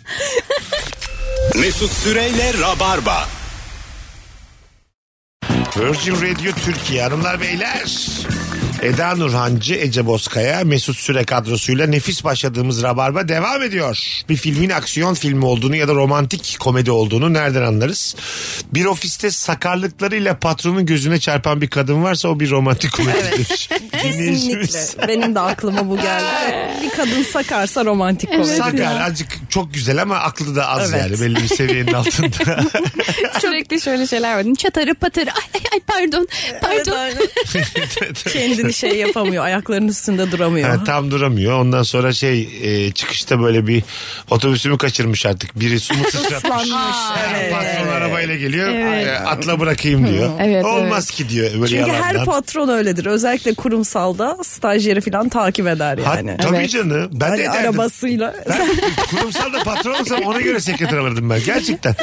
S2: Mesut Süreyle Rabarba.
S3: Virgin Radio Türkiye hanımlar beyler. Eda Nurhancı, Ece Bozkaya, Mesut Süre kadrosuyla nefis başladığımız Rabarba devam ediyor. Bir filmin aksiyon filmi olduğunu ya da romantik komedi olduğunu nereden anlarız? Bir ofiste sakarlıklarıyla patronun gözüne çarpan bir kadın varsa o bir romantik komedidir. Dinleyicimiz.
S4: Kesinlikle. Benim de aklıma bu geldi. Bir kadın sakarsa romantik komedi.
S3: Sakar azıcık çok güzel ama aklı da az
S4: Evet.
S3: yani belli bir seviyenin altında.
S5: Sürekli şöyle şeyler vardı. Çatarı patarı. Ay ay ay pardon.
S4: Evet,
S5: Pardon.
S4: aynen. Kendini şey yapamıyor. Ayaklarının üstünde duramıyor.
S3: Ha, tam duramıyor. Ondan sonra şey e, çıkışta böyle bir otobüsümü kaçırmış artık. Biri su mu sıçratmış.
S4: Islanmış. Evet,
S3: Patron
S4: evet.
S3: arabayla geliyor. E, Atla bırakayım diyor.
S5: Evet,
S3: Olmaz ki diyor böyle
S4: Çünkü her
S3: yalandan.
S4: patron öyledir. Özellikle kurumsalda stajyeri falan takip eder
S3: Ha,
S4: yani.
S3: tabii canım. Ben de
S4: Hani
S3: ederdim.
S4: arabasıyla.
S3: Ben kurumsalda patron olsam ona göre sekreter alırdım ben. Gerçekten.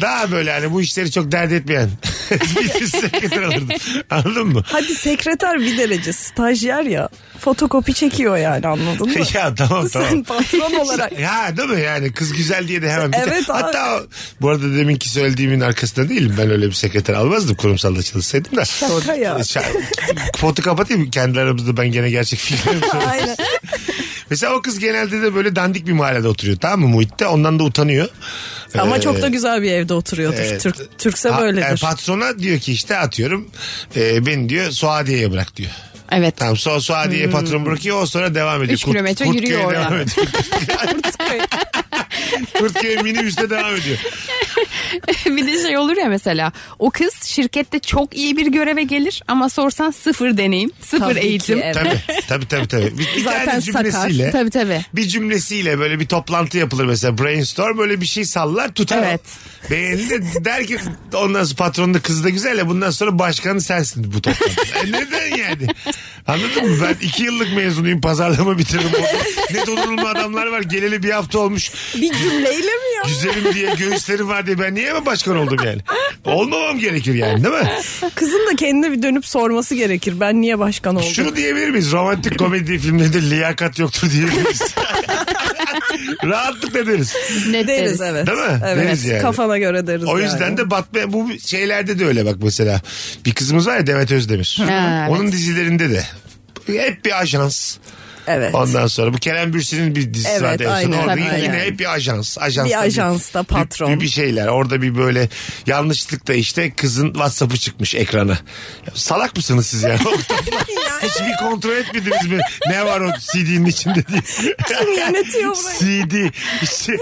S3: Daha böyle hani bu işleri çok dert etmeyen bir sekreter alırdım. Anladın mı?
S4: Hadi sekreter bir derece stajyer ya. Fotokopi çekiyor yani anladın mı?
S3: ya tamam tamam. Ee,
S4: Sen patron olarak.
S3: Ya değil mi yani kız güzel diye de hemen bir
S4: Evet abi.
S3: Hatta o- bu arada deminki söylediğimin arkasında değilim. Ben öyle bir sekreter almazdım kurumsalda çalışsaydım da.
S4: Şaka ya.
S3: Şa- Potu kapatayım kendi aramızda ben gene gerçek filmlerim
S4: Aynen.
S3: Mesela o kız genelde de böyle dandik bir mahallede oturuyor tamam mı muhitte ondan da utanıyor.
S4: Ama
S3: Ee,
S4: çok da güzel bir evde oturuyordur.
S3: Evet.
S4: Türk, Türkse
S3: Ha- e, yani
S4: böyledir.
S3: patrona diyor ki işte atıyorum e, beni diyor Suadiye'ye bırak diyor.
S5: Evet.
S3: Tamam sonra Suadiye'ye patron bırakıyor o sonra devam ediyor.
S5: Hmm. Üç kilometre
S3: Kurtköy'e
S5: yürüyor
S3: devam
S5: oradan.
S3: ediyor. Kurtköy minibüste devam ediyor.
S5: bir de şey olur ya mesela o kız şirkette çok iyi bir göreve gelir ama sorsan sıfır deneyim, sıfır
S4: Tabii ki,
S5: eğitim.
S4: evet.
S3: Tabii tabii tabii. tabii. Bir, bir
S4: Zaten
S3: tane
S4: sakar.
S3: cümlesiyle.
S5: Tabii tabii.
S3: Bir cümlesiyle böyle bir toplantı yapılır mesela brainstorm böyle bir şey sallar tutar.
S5: Evet.
S3: Beğendi de der ki ondan sonra patronun da kızı da güzel ya bundan sonra başkanı sensin bu toplantı. E neden yani? Anladın mı? Ben iki yıllık mezunuyum pazarlama bitiririm. Ne donanımlı adamlar var geleli bir hafta olmuş.
S4: Bir cümleyle mi ya?
S3: Güzelim diye göğüslerim var diye ben niye mi başkan oldum yani? Olmamam gerekir yani değil mi?
S4: Kızın da kendine bir dönüp sorması gerekir. Ben niye başkan oldum?
S3: Şunu diyebilir miyiz? Romantik komedi filmlerinde liyakat yoktur diyebilir miyiz? Rahatlık ederiz.
S5: Net
S4: deriz
S5: deriz.
S4: evet.
S3: Değil mi?
S4: Evet.
S3: Deriz yani.
S4: Kafana göre deriz
S3: O yüzden
S4: yani.
S3: de batma bu şeylerde de öyle bak mesela. Bir kızımız var ya Demet Özdemir.
S5: Ha, evet.
S3: Onun dizilerinde de hep bir ajans.
S4: Evet.
S3: Ondan sonra bu Kerem Bürsin'in bir dizisi
S4: Evet,
S3: vardı. en son.
S4: aynen,
S3: Orada
S4: tabii,
S3: yine
S4: aynen.
S3: hep bir ajans. ajans
S4: Bir ajansta patron.
S3: Bir, bir şeyler. Orada bir böyle yanlışlıkla işte kızın WhatsApp'ı çıkmış ekrana. Ya Salak mısınız siz yani? Hiçbir kontrol etmediniz mi? Ne var o CD'nin içinde diye.
S4: Kim yönetiyor burayı?
S3: CD. İşte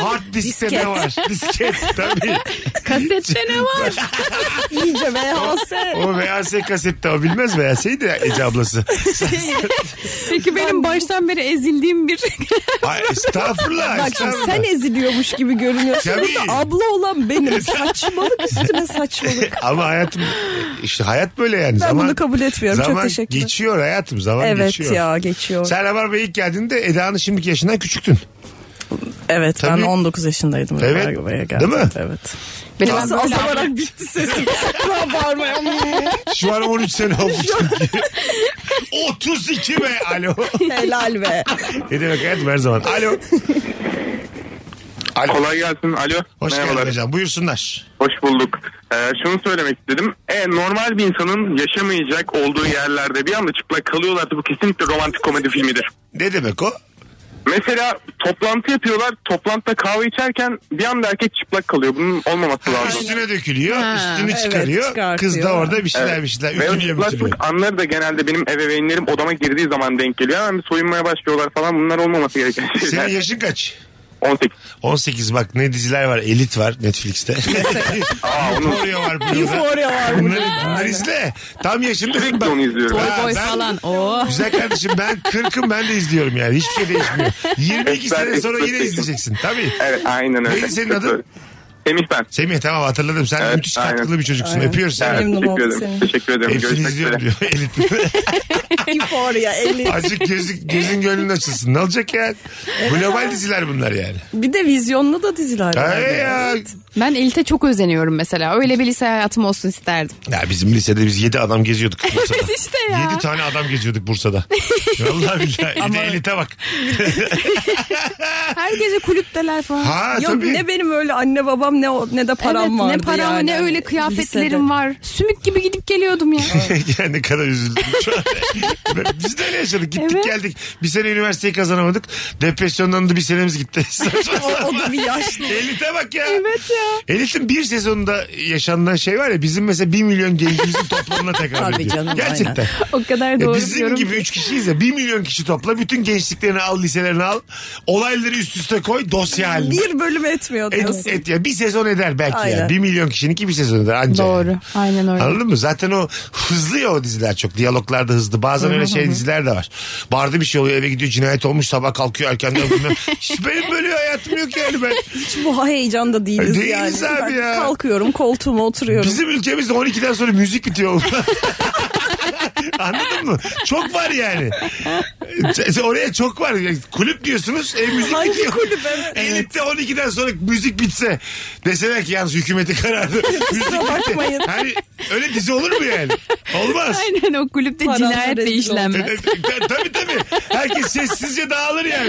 S3: o hard diskte
S4: Disket.
S3: ne var? Disket tabii.
S5: Kasette ne var?
S4: İyice VHS.
S3: O VHS kasette o bilmez VHS'yi de Ece ablası.
S5: Peki benim baştan beri ezildiğim bir
S3: Ay, estağfurullah.
S4: Bak şimdi
S3: estağfurullah.
S4: sen eziliyormuş gibi görünüyorsun.
S3: Tabii.
S4: Burada abla olan benim. Saçmalık üstüne saçmalık.
S3: Ama hayatım işte hayat böyle yani.
S4: Ben bunu kabul etmiyorum. Çok
S3: Zaman
S4: teşekkürler.
S3: geçiyor hayatım zaman
S4: evet
S3: geçiyor.
S4: ya geçiyor.
S3: Sen Rabar Bey ilk geldiğinde Eda'nın şimdiki yaşından küçüktün.
S4: Evet
S3: Tabii.
S4: ben 19 yaşındaydım.
S3: Evet.
S4: Rabarba Baya geldim.
S3: Değil mi?
S4: Evet.
S5: Benim
S4: Nasıl azalarak bitti sesim. Ben bağırmaya.
S3: Şu an 13 sene oldu çünkü. 32 be alo.
S4: Helal be.
S3: Ne demek hayatım her zaman. Alo. Alo.
S6: Kolay gelsin. Alo.
S3: Hoş geldin hocam buyursunlar.
S6: Hoş bulduk. Ee, şunu söylemek istedim. E, normal bir insanın yaşamayacak olduğu yerlerde bir anda çıplak kalıyorlarsa bu kesinlikle romantik komedi filmidir.
S3: Ne demek o?
S6: Mesela toplantı yapıyorlar. Toplantıda kahve içerken bir anda erkek çıplak kalıyor. Bunun olmaması lazım.
S3: Üstüne dökülüyor, üstünü
S4: evet,
S3: çıkarıyor. Kız da
S4: çıkartıyor.
S3: orada bir şeyler bir şeyler.
S6: Ve o
S3: Ütülüyor, ütülüyor.
S6: çıplaklık anları da genelde benim ebeveynlerim odama girdiği zaman denk geliyor. Hemen bir soyunmaya başlıyorlar falan. Bunlar olmaması gereken şeyler.
S3: Senin yaşın kaç?
S6: 18.
S3: 18 bak ne diziler var. Elit var Netflix'te.
S6: Aa, onu
S3: Euphoria var. Blue'da.
S4: Euphoria var
S3: Bunları, bunları izle. Tam yaşında.
S6: sürekli onu izliyorum.
S3: Ha,
S5: boy
S3: ben-
S5: falan. Oh. Oo.
S3: Güzel kardeşim ben 40'ım ben de izliyorum yani. Hiçbir şey değişmiyor. 22
S6: Ben
S3: sene sonra yine
S6: izliyorum.
S3: izleyeceksin. Tabii.
S6: Evet aynen öyle.
S3: Neydi senin adın?
S6: Semih ben.
S3: Semih tamam hatırladım. Sen
S6: Evet,
S3: müthiş
S6: aynen.
S3: katkılı bir çocuksun.
S4: Aynen.
S3: Öpüyoruz seni.
S6: Evet,
S4: Memnun
S6: teşekkür
S4: oldum
S6: ederim.
S4: senin.
S6: Teşekkür ederim.
S3: Hepsini
S6: Görüşmek üzere.
S3: izliyorum diyor. Elit.
S4: Euphoria 50.
S3: Azıcık gözü, gözün gönlün açılsın. Ne olacak ya? Global diziler bunlar yani.
S4: Bir de vizyonlu da diziler var.
S3: Ay ya.
S5: Ben elite çok özeniyorum mesela. Öyle bir lise hayatım olsun isterdim.
S3: ya. bizim lisede biz 7 adam geziyorduk Bursa'da.
S5: İşte ya.
S3: 7 tane adam geziyorduk Bursa'da. Vallahi billahi. Bir de elite bak.
S5: Her gece kulüpteler falan.
S3: Ha
S4: Yok
S3: tabii.
S4: ne benim öyle anne babam ne o- ne de param
S5: evet,
S4: vardı
S5: ne param
S4: yani.
S5: ne öyle kıyafetlerim
S4: Lisede.
S5: var. Sümük gibi gidip geliyordum ya.
S3: yani ne kadar üzüldüm şu an. Biz de öyle yaşadık. Gittik
S5: Evet.
S3: geldik. Bir sene üniversiteyi kazanamadık. Depresyondan da bir senemiz gitti.
S4: O, o da bir yaşlı.
S3: Elite bak ya.
S5: evet ya.
S3: Elit'in bir sezonunda yaşanılan şey var ya bizim mesela 1 milyon gencimizin toplamına tekrar
S4: Tabii
S3: ediyor.
S4: canım,
S3: Gerçekten.
S5: O kadar
S3: Ya
S5: doğru
S3: bizim
S5: diyorum.
S3: gibi 3 kişiyiz ya 1 milyon kişi topla bütün gençliklerini al liselerini al olayları üst üste koy dosya halinde.
S4: Bir bölüm etmiyor
S3: Et,
S4: diyorsun.
S3: et ya bir sezon eder belki ya.
S4: Aynen.
S3: 1 milyon kişinin ki bir sezon eder anca.
S5: Doğru.
S3: yani.
S5: Aynen öyle.
S3: Anladın mı? Zaten o hızlı ya o diziler çok. Diyaloglar da hızlı. Bazen öyle şey diziler de var. Barda bir şey oluyor eve gidiyor cinayet olmuş sabah kalkıyor erkenden bilmem. Hiç benim böyle hayatım yok yani ben.
S4: Hiç bu heyecanda değiliz,
S3: E, Değiliz
S4: yani.
S3: abi
S4: Ben
S3: ya.
S4: Kalkıyorum koltuğuma oturuyorum.
S3: Bizim ülkemizde 12'den sonra müzik bitiyor. Anladın mı? Çok var yani. Oraya çok var. Kulüp diyorsunuz. E, müzik
S4: Hangi
S3: bitiyor.
S4: kulüp? Evet.
S3: Elitte 12'den sonra müzik bitse deseler ki yalnız hükümeti karardı. müzik
S4: bakmayın.
S3: Hani öyle dizi olur mu yani? Olmaz.
S5: Aynen o kulüpte
S4: Paralar
S5: cinayet de
S4: rezil
S5: işlenmez.
S3: Tabii, tabii tabii. Herkes sessizce dağılır yani.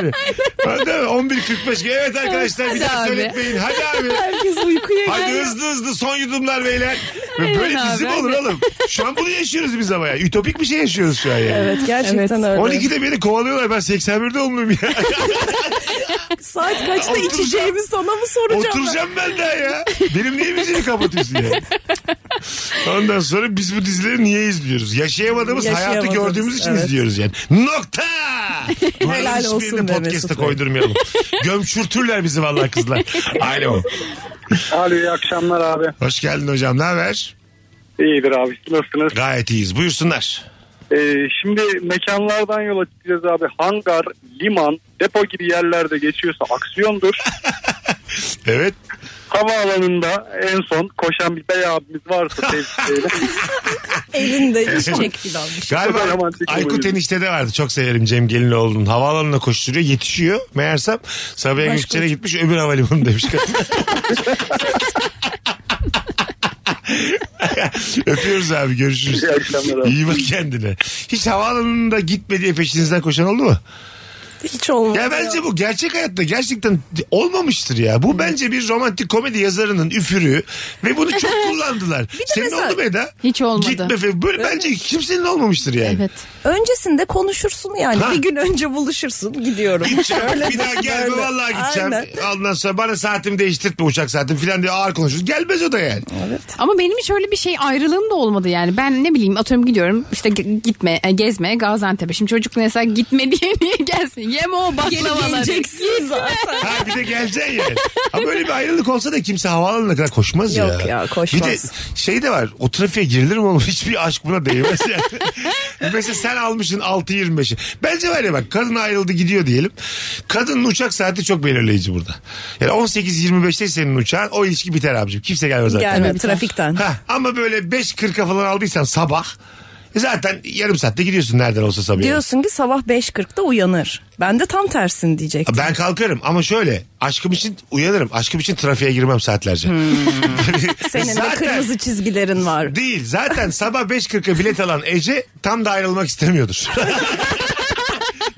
S3: Değil mi? 11.45. Evet arkadaşlar bir
S5: Hadi
S3: daha
S5: abi.
S3: söyletmeyin. Hadi abi.
S4: Herkes uykuya
S3: Hadi
S4: geldi.
S3: hızlı hızlı son yudumlar beyler. Böyle
S5: Aynen
S3: dizi mi
S5: abi,
S3: olur oğlum? Şu an bunu yaşıyoruz biz ama ya. Ütopik bir şey yaşıyoruz şu an yani.
S4: Evet gerçekten öyle.
S3: 12'de beni kovalıyorlar ben 81'de olmuyorum ya.
S4: Saat kaçta
S3: Oturacağım.
S4: içeceğimi sana mı soracağım?
S3: Oturacağım ben daha ya. Benim niye müziği kapatıyorsun ya? Ondan sonra biz bu dizileri niye izliyoruz? Yaşayamadığımız hayatı
S4: Yaşayamadığımız,
S3: gördüğümüz için
S4: evet.
S3: izliyoruz yani. Nokta!
S4: Helal
S3: Helal
S4: olsun be
S3: olsun
S4: Mesut
S3: podcast'a
S4: Bey.
S3: koydurmayalım. Gömçürtürler bizi vallahi kızlar. Alo.
S9: Alo iyi akşamlar abi.
S3: Hoş geldin hocam. Ne haber?
S9: İyidir abi nasılsınız?
S3: Gayet iyiyiz. Buyursunlar.
S9: Ee, şimdi mekanlardan yola çıkacağız abi. Hangar, liman, depo gibi yerlerde geçiyorsa aksiyondur.
S3: Evet.
S9: Havaalanında en son koşan bir bey abimiz varsa sevgisiyle.
S4: Elinde içecek filan.
S9: Çok
S3: Galiba
S9: romantik
S3: Aykut
S9: oluyor.
S3: eniştede vardı. Çok severim Cem Gelinoğlu'nun. Havaalanına koşturuyor. Yetişiyor. Meğersem Sabiha Gökçen'e gitmiş öbür havalimanı demiş. kadın. Öpüyoruz abi görüşürüz.
S9: İyi akşamlar abi.
S3: İyi bak kendine. Hiç havaalanında gitme diye peşinizden koşan oldu mu?
S4: Hiç olmadı.
S3: Ya bence bu gerçek hayatta gerçekten olmamıştır ya. Bu bence bir romantik komedi yazarının üfürü ve bunu çok kullandılar. Senin
S4: mesela-
S3: oldu mu Eda?
S5: Hiç olmadı.
S3: Gitme fe- Böyle bence kimsenin olmamıştır yani.
S5: Evet.
S4: Öncesinde konuşursun yani.
S3: Ha.
S4: Bir gün önce buluşursun gidiyorum.
S3: Gideceğim.
S4: Öyle
S3: bir daha
S4: de-
S3: gelme
S4: böyle.
S3: vallahi gideceğim.
S4: Aynen.
S3: Ondan sonra bana saatimi değiştirtme uçak saatim falan diye ağır konuşuruz. Gelmez o da yani.
S5: Ama benim hiç öyle bir şey ayrılığım da olmadı yani. Ben ne bileyim atıyorum gidiyorum işte ge- gitme e, gezme Gaziantep'e. Şimdi çocuk mesela gitme diye niye gelsin? Yeme o
S4: Geri
S5: baklavaları.
S4: geleceksin zaten.
S3: Ha bir de geleceksin yani. Ama böyle bir ayrılık olsa da kimse havaalanına kadar koşmaz ya.
S4: Yok ya, koşmaz.
S3: Bir de şey de var o trafiğe girilir mi oğlum? Hiçbir aşk buna değmez yani. Mesela sen almışsın 6.25'i. Bence var ya bak kadın ayrıldı gidiyor diyelim. Kadının uçak saati çok belirleyici burada. Yani 18.25'te senin uçağın o ilişki biter abicim. Kimse gelmez zaten.
S4: Gelme trafikten.
S3: Ha, ama böyle 5.40'a falan aldıysan sabah e zaten yarım saatte gidiyorsun nereden olsa sabah.
S4: Diyorsun ki sabah 5.40'da uyanır. Ben de tam tersin diyecek.
S3: Ben kalkarım ama şöyle aşkım için uyanırım. Aşkım için trafiğe girmem saatlerce.
S4: Hmm. Senin de kırmızı çizgilerin var.
S3: Değil zaten sabah 5.40'a bilet alan Ece tam da ayrılmak istemiyordur.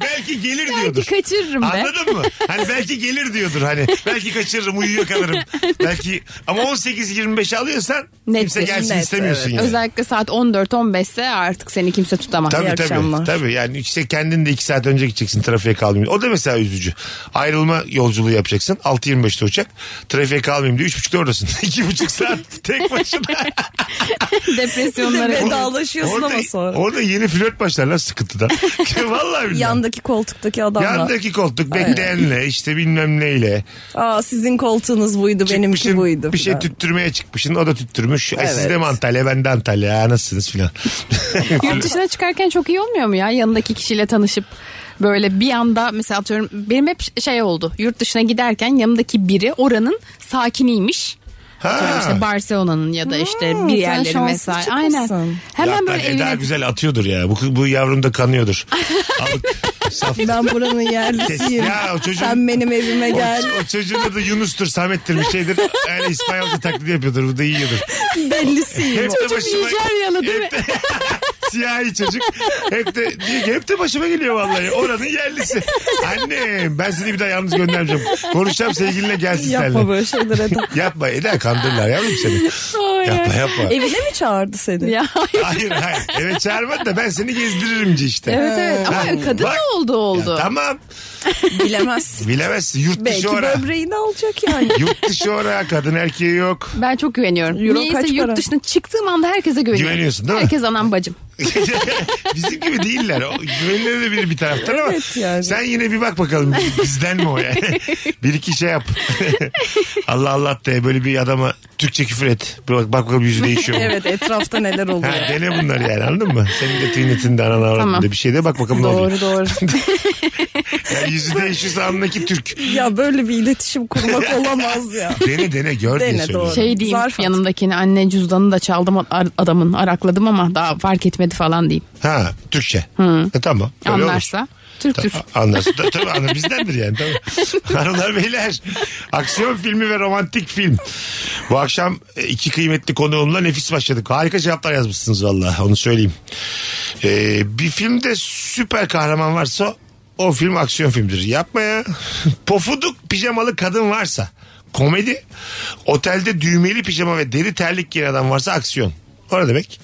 S3: belki gelir diyordur.
S5: Belki kaçırırım be.
S3: Anladın mı? Hani belki gelir diyordur hani. Belki kaçırırım uyuyor kalırım. belki ama 18-25 alıyorsan kimse
S5: Nettir,
S3: gelsin
S4: net,
S3: istemiyorsun yani.
S5: Özellikle saat 14-15 ise artık seni kimse tutamaz.
S3: Tabii
S4: İyi
S3: tabii.
S4: akşamlar.
S3: Tabii yani işte kendin de iki saat önce gideceksin trafiğe kalmayayım. O da mesela üzücü. Ayrılma yolculuğu yapacaksın. 6.25'te uçak. Trafiğe kalmayayım diye 3.30'da oradasın. 2.5 saat tek başına.
S5: Depresyonlara.
S4: Bir de Vedalaşıyorsun ama sonra.
S3: orada yeni flört başlar lan sıkıntıda. Vallahi billahi.
S4: Yandaki koltuktaki adamla.
S3: Yandaki koltuk bekleyenle işte bilmem neyle.
S4: Aa sizin koltuğunuz buydu benimki
S3: Çıkmışsın,
S4: buydu.
S3: Bir şey
S4: falan.
S3: tüttürmeye çıkmışsın o da tüttürmüş. E, siz
S4: Evet.
S3: de mi Antalya ben de Antalya Ha, nasılsınız filan.
S5: Yurt dışına çıkarken çok iyi olmuyor mu ya? Yanındaki kişiyle tanışıp böyle bir anda mesela atıyorum benim hep şey oldu. Yurt dışına giderken yanımdaki biri oranın sakiniymiş. Atıyorum işte Barcelona'nın ya da işte
S4: Hmm,
S5: bir
S4: sen
S5: yerleri
S4: şanslı
S5: mesela.
S4: çıkmışsın.
S5: Aynen. Hemen
S3: Zaten
S5: böyle
S3: Eda
S5: evine
S3: güzel atıyordur ya. Bu, bu yavrum da kanıyordur. Alık, saf.
S4: Ben buranın yerlisiyim.
S3: Ya o çocuğun-
S4: Sen benim evime
S3: O,
S4: gel.
S3: o çocuğun adı Yunus'tur, Samet'tir bir şeydir. Yani İspanyolca taklidi yapıyordur. Bu da yiyordur.
S4: Bellisiyim.
S3: Hep de başıma-
S5: Nijeryalı değil mi?
S3: hep de- Siyahi çocuk. Hep de, diyor ki, hep de başıma geliyor vallahi. Oranın yerlisi. Annem ben seni bir daha yalnız göndermeyeceğim. Konuşacağım sevgilinle gelsin
S4: Yapma
S3: seninle.
S4: böyle şeyler Eda.
S3: Yapma Eda kandırırlar yavrum seni.
S5: Ay,
S3: yapma yapma.
S4: Evine mi çağırdı seni?
S5: Ya.
S3: Hayır hayır. Evet çağırmadı da ben seni gezdiririmci işte.
S5: evet evet ama kadın
S3: Bak-
S5: oldu oldu.
S3: Ya tamam.
S4: Bilemezsin.
S3: Bilemezsin. Yurt
S4: Belki
S3: dışı ora.
S4: böbreğini alacak yani.
S3: Yurt dışı ora. Kadın erkeği yok.
S5: Ben çok güveniyorum.
S4: Euro
S5: Niyeyse
S4: kaç
S5: yurt
S4: para?
S5: dışına çıktığım anda herkese güveniyorum.
S3: Güveniyorsun, değil mi?
S5: Herkes anam bacım.
S3: Bizim gibi değiller. O Güvenilir de bir, bir taraftan ama
S4: Evet yani.
S3: sen yine bir bak bakalım bizden mi o yani? bir iki şey yap. Allah Allah de böyle bir adama Türkçe küfür et. Bir Bak, bak bakalım yüzü değişiyor mu?
S4: evet etrafta neler
S3: Ha,
S4: oluyor.
S3: dene bunları yani anladın mı? Senin de tüynetinde anan avradında
S5: Tamam.
S3: bir şey de bak bakalım ne oluyor.
S5: Doğru doğru.
S3: Yani yüzü değişirse anındaki Türk.
S4: ya böyle bir iletişim kurmak olamaz ya.
S3: Dene dene gör diye
S4: Dene,
S3: söylüyorum.
S4: doğru.
S5: Şey diyeyim
S4: Zarf at.
S5: yanımdakini anne cüzdanını da çaldım ar- adamın arakladım ama daha fark etmedi falan diyeyim.
S3: Ha Türkçe. E, tamam. Öyle olur.
S5: Anlarsa. Türk Türk.
S3: Ta- Anlarsın. Ta- Tabii anlar. Bizdendir yani. Tabii. Hanımlar beyler. Aksiyon filmi ve romantik film. Bu akşam e, iki kıymetli konuğumla nefis başladık. Harika cevaplar yazmışsınız valla. Onu söyleyeyim. Ee, bir filmde süper kahraman varsa o film aksiyon filmidir. Yapma ya. Pofuduk pijamalı kadın varsa komedi. Otelde düğmeli pijama ve deri terlik giyen adam varsa aksiyon. O ne demek?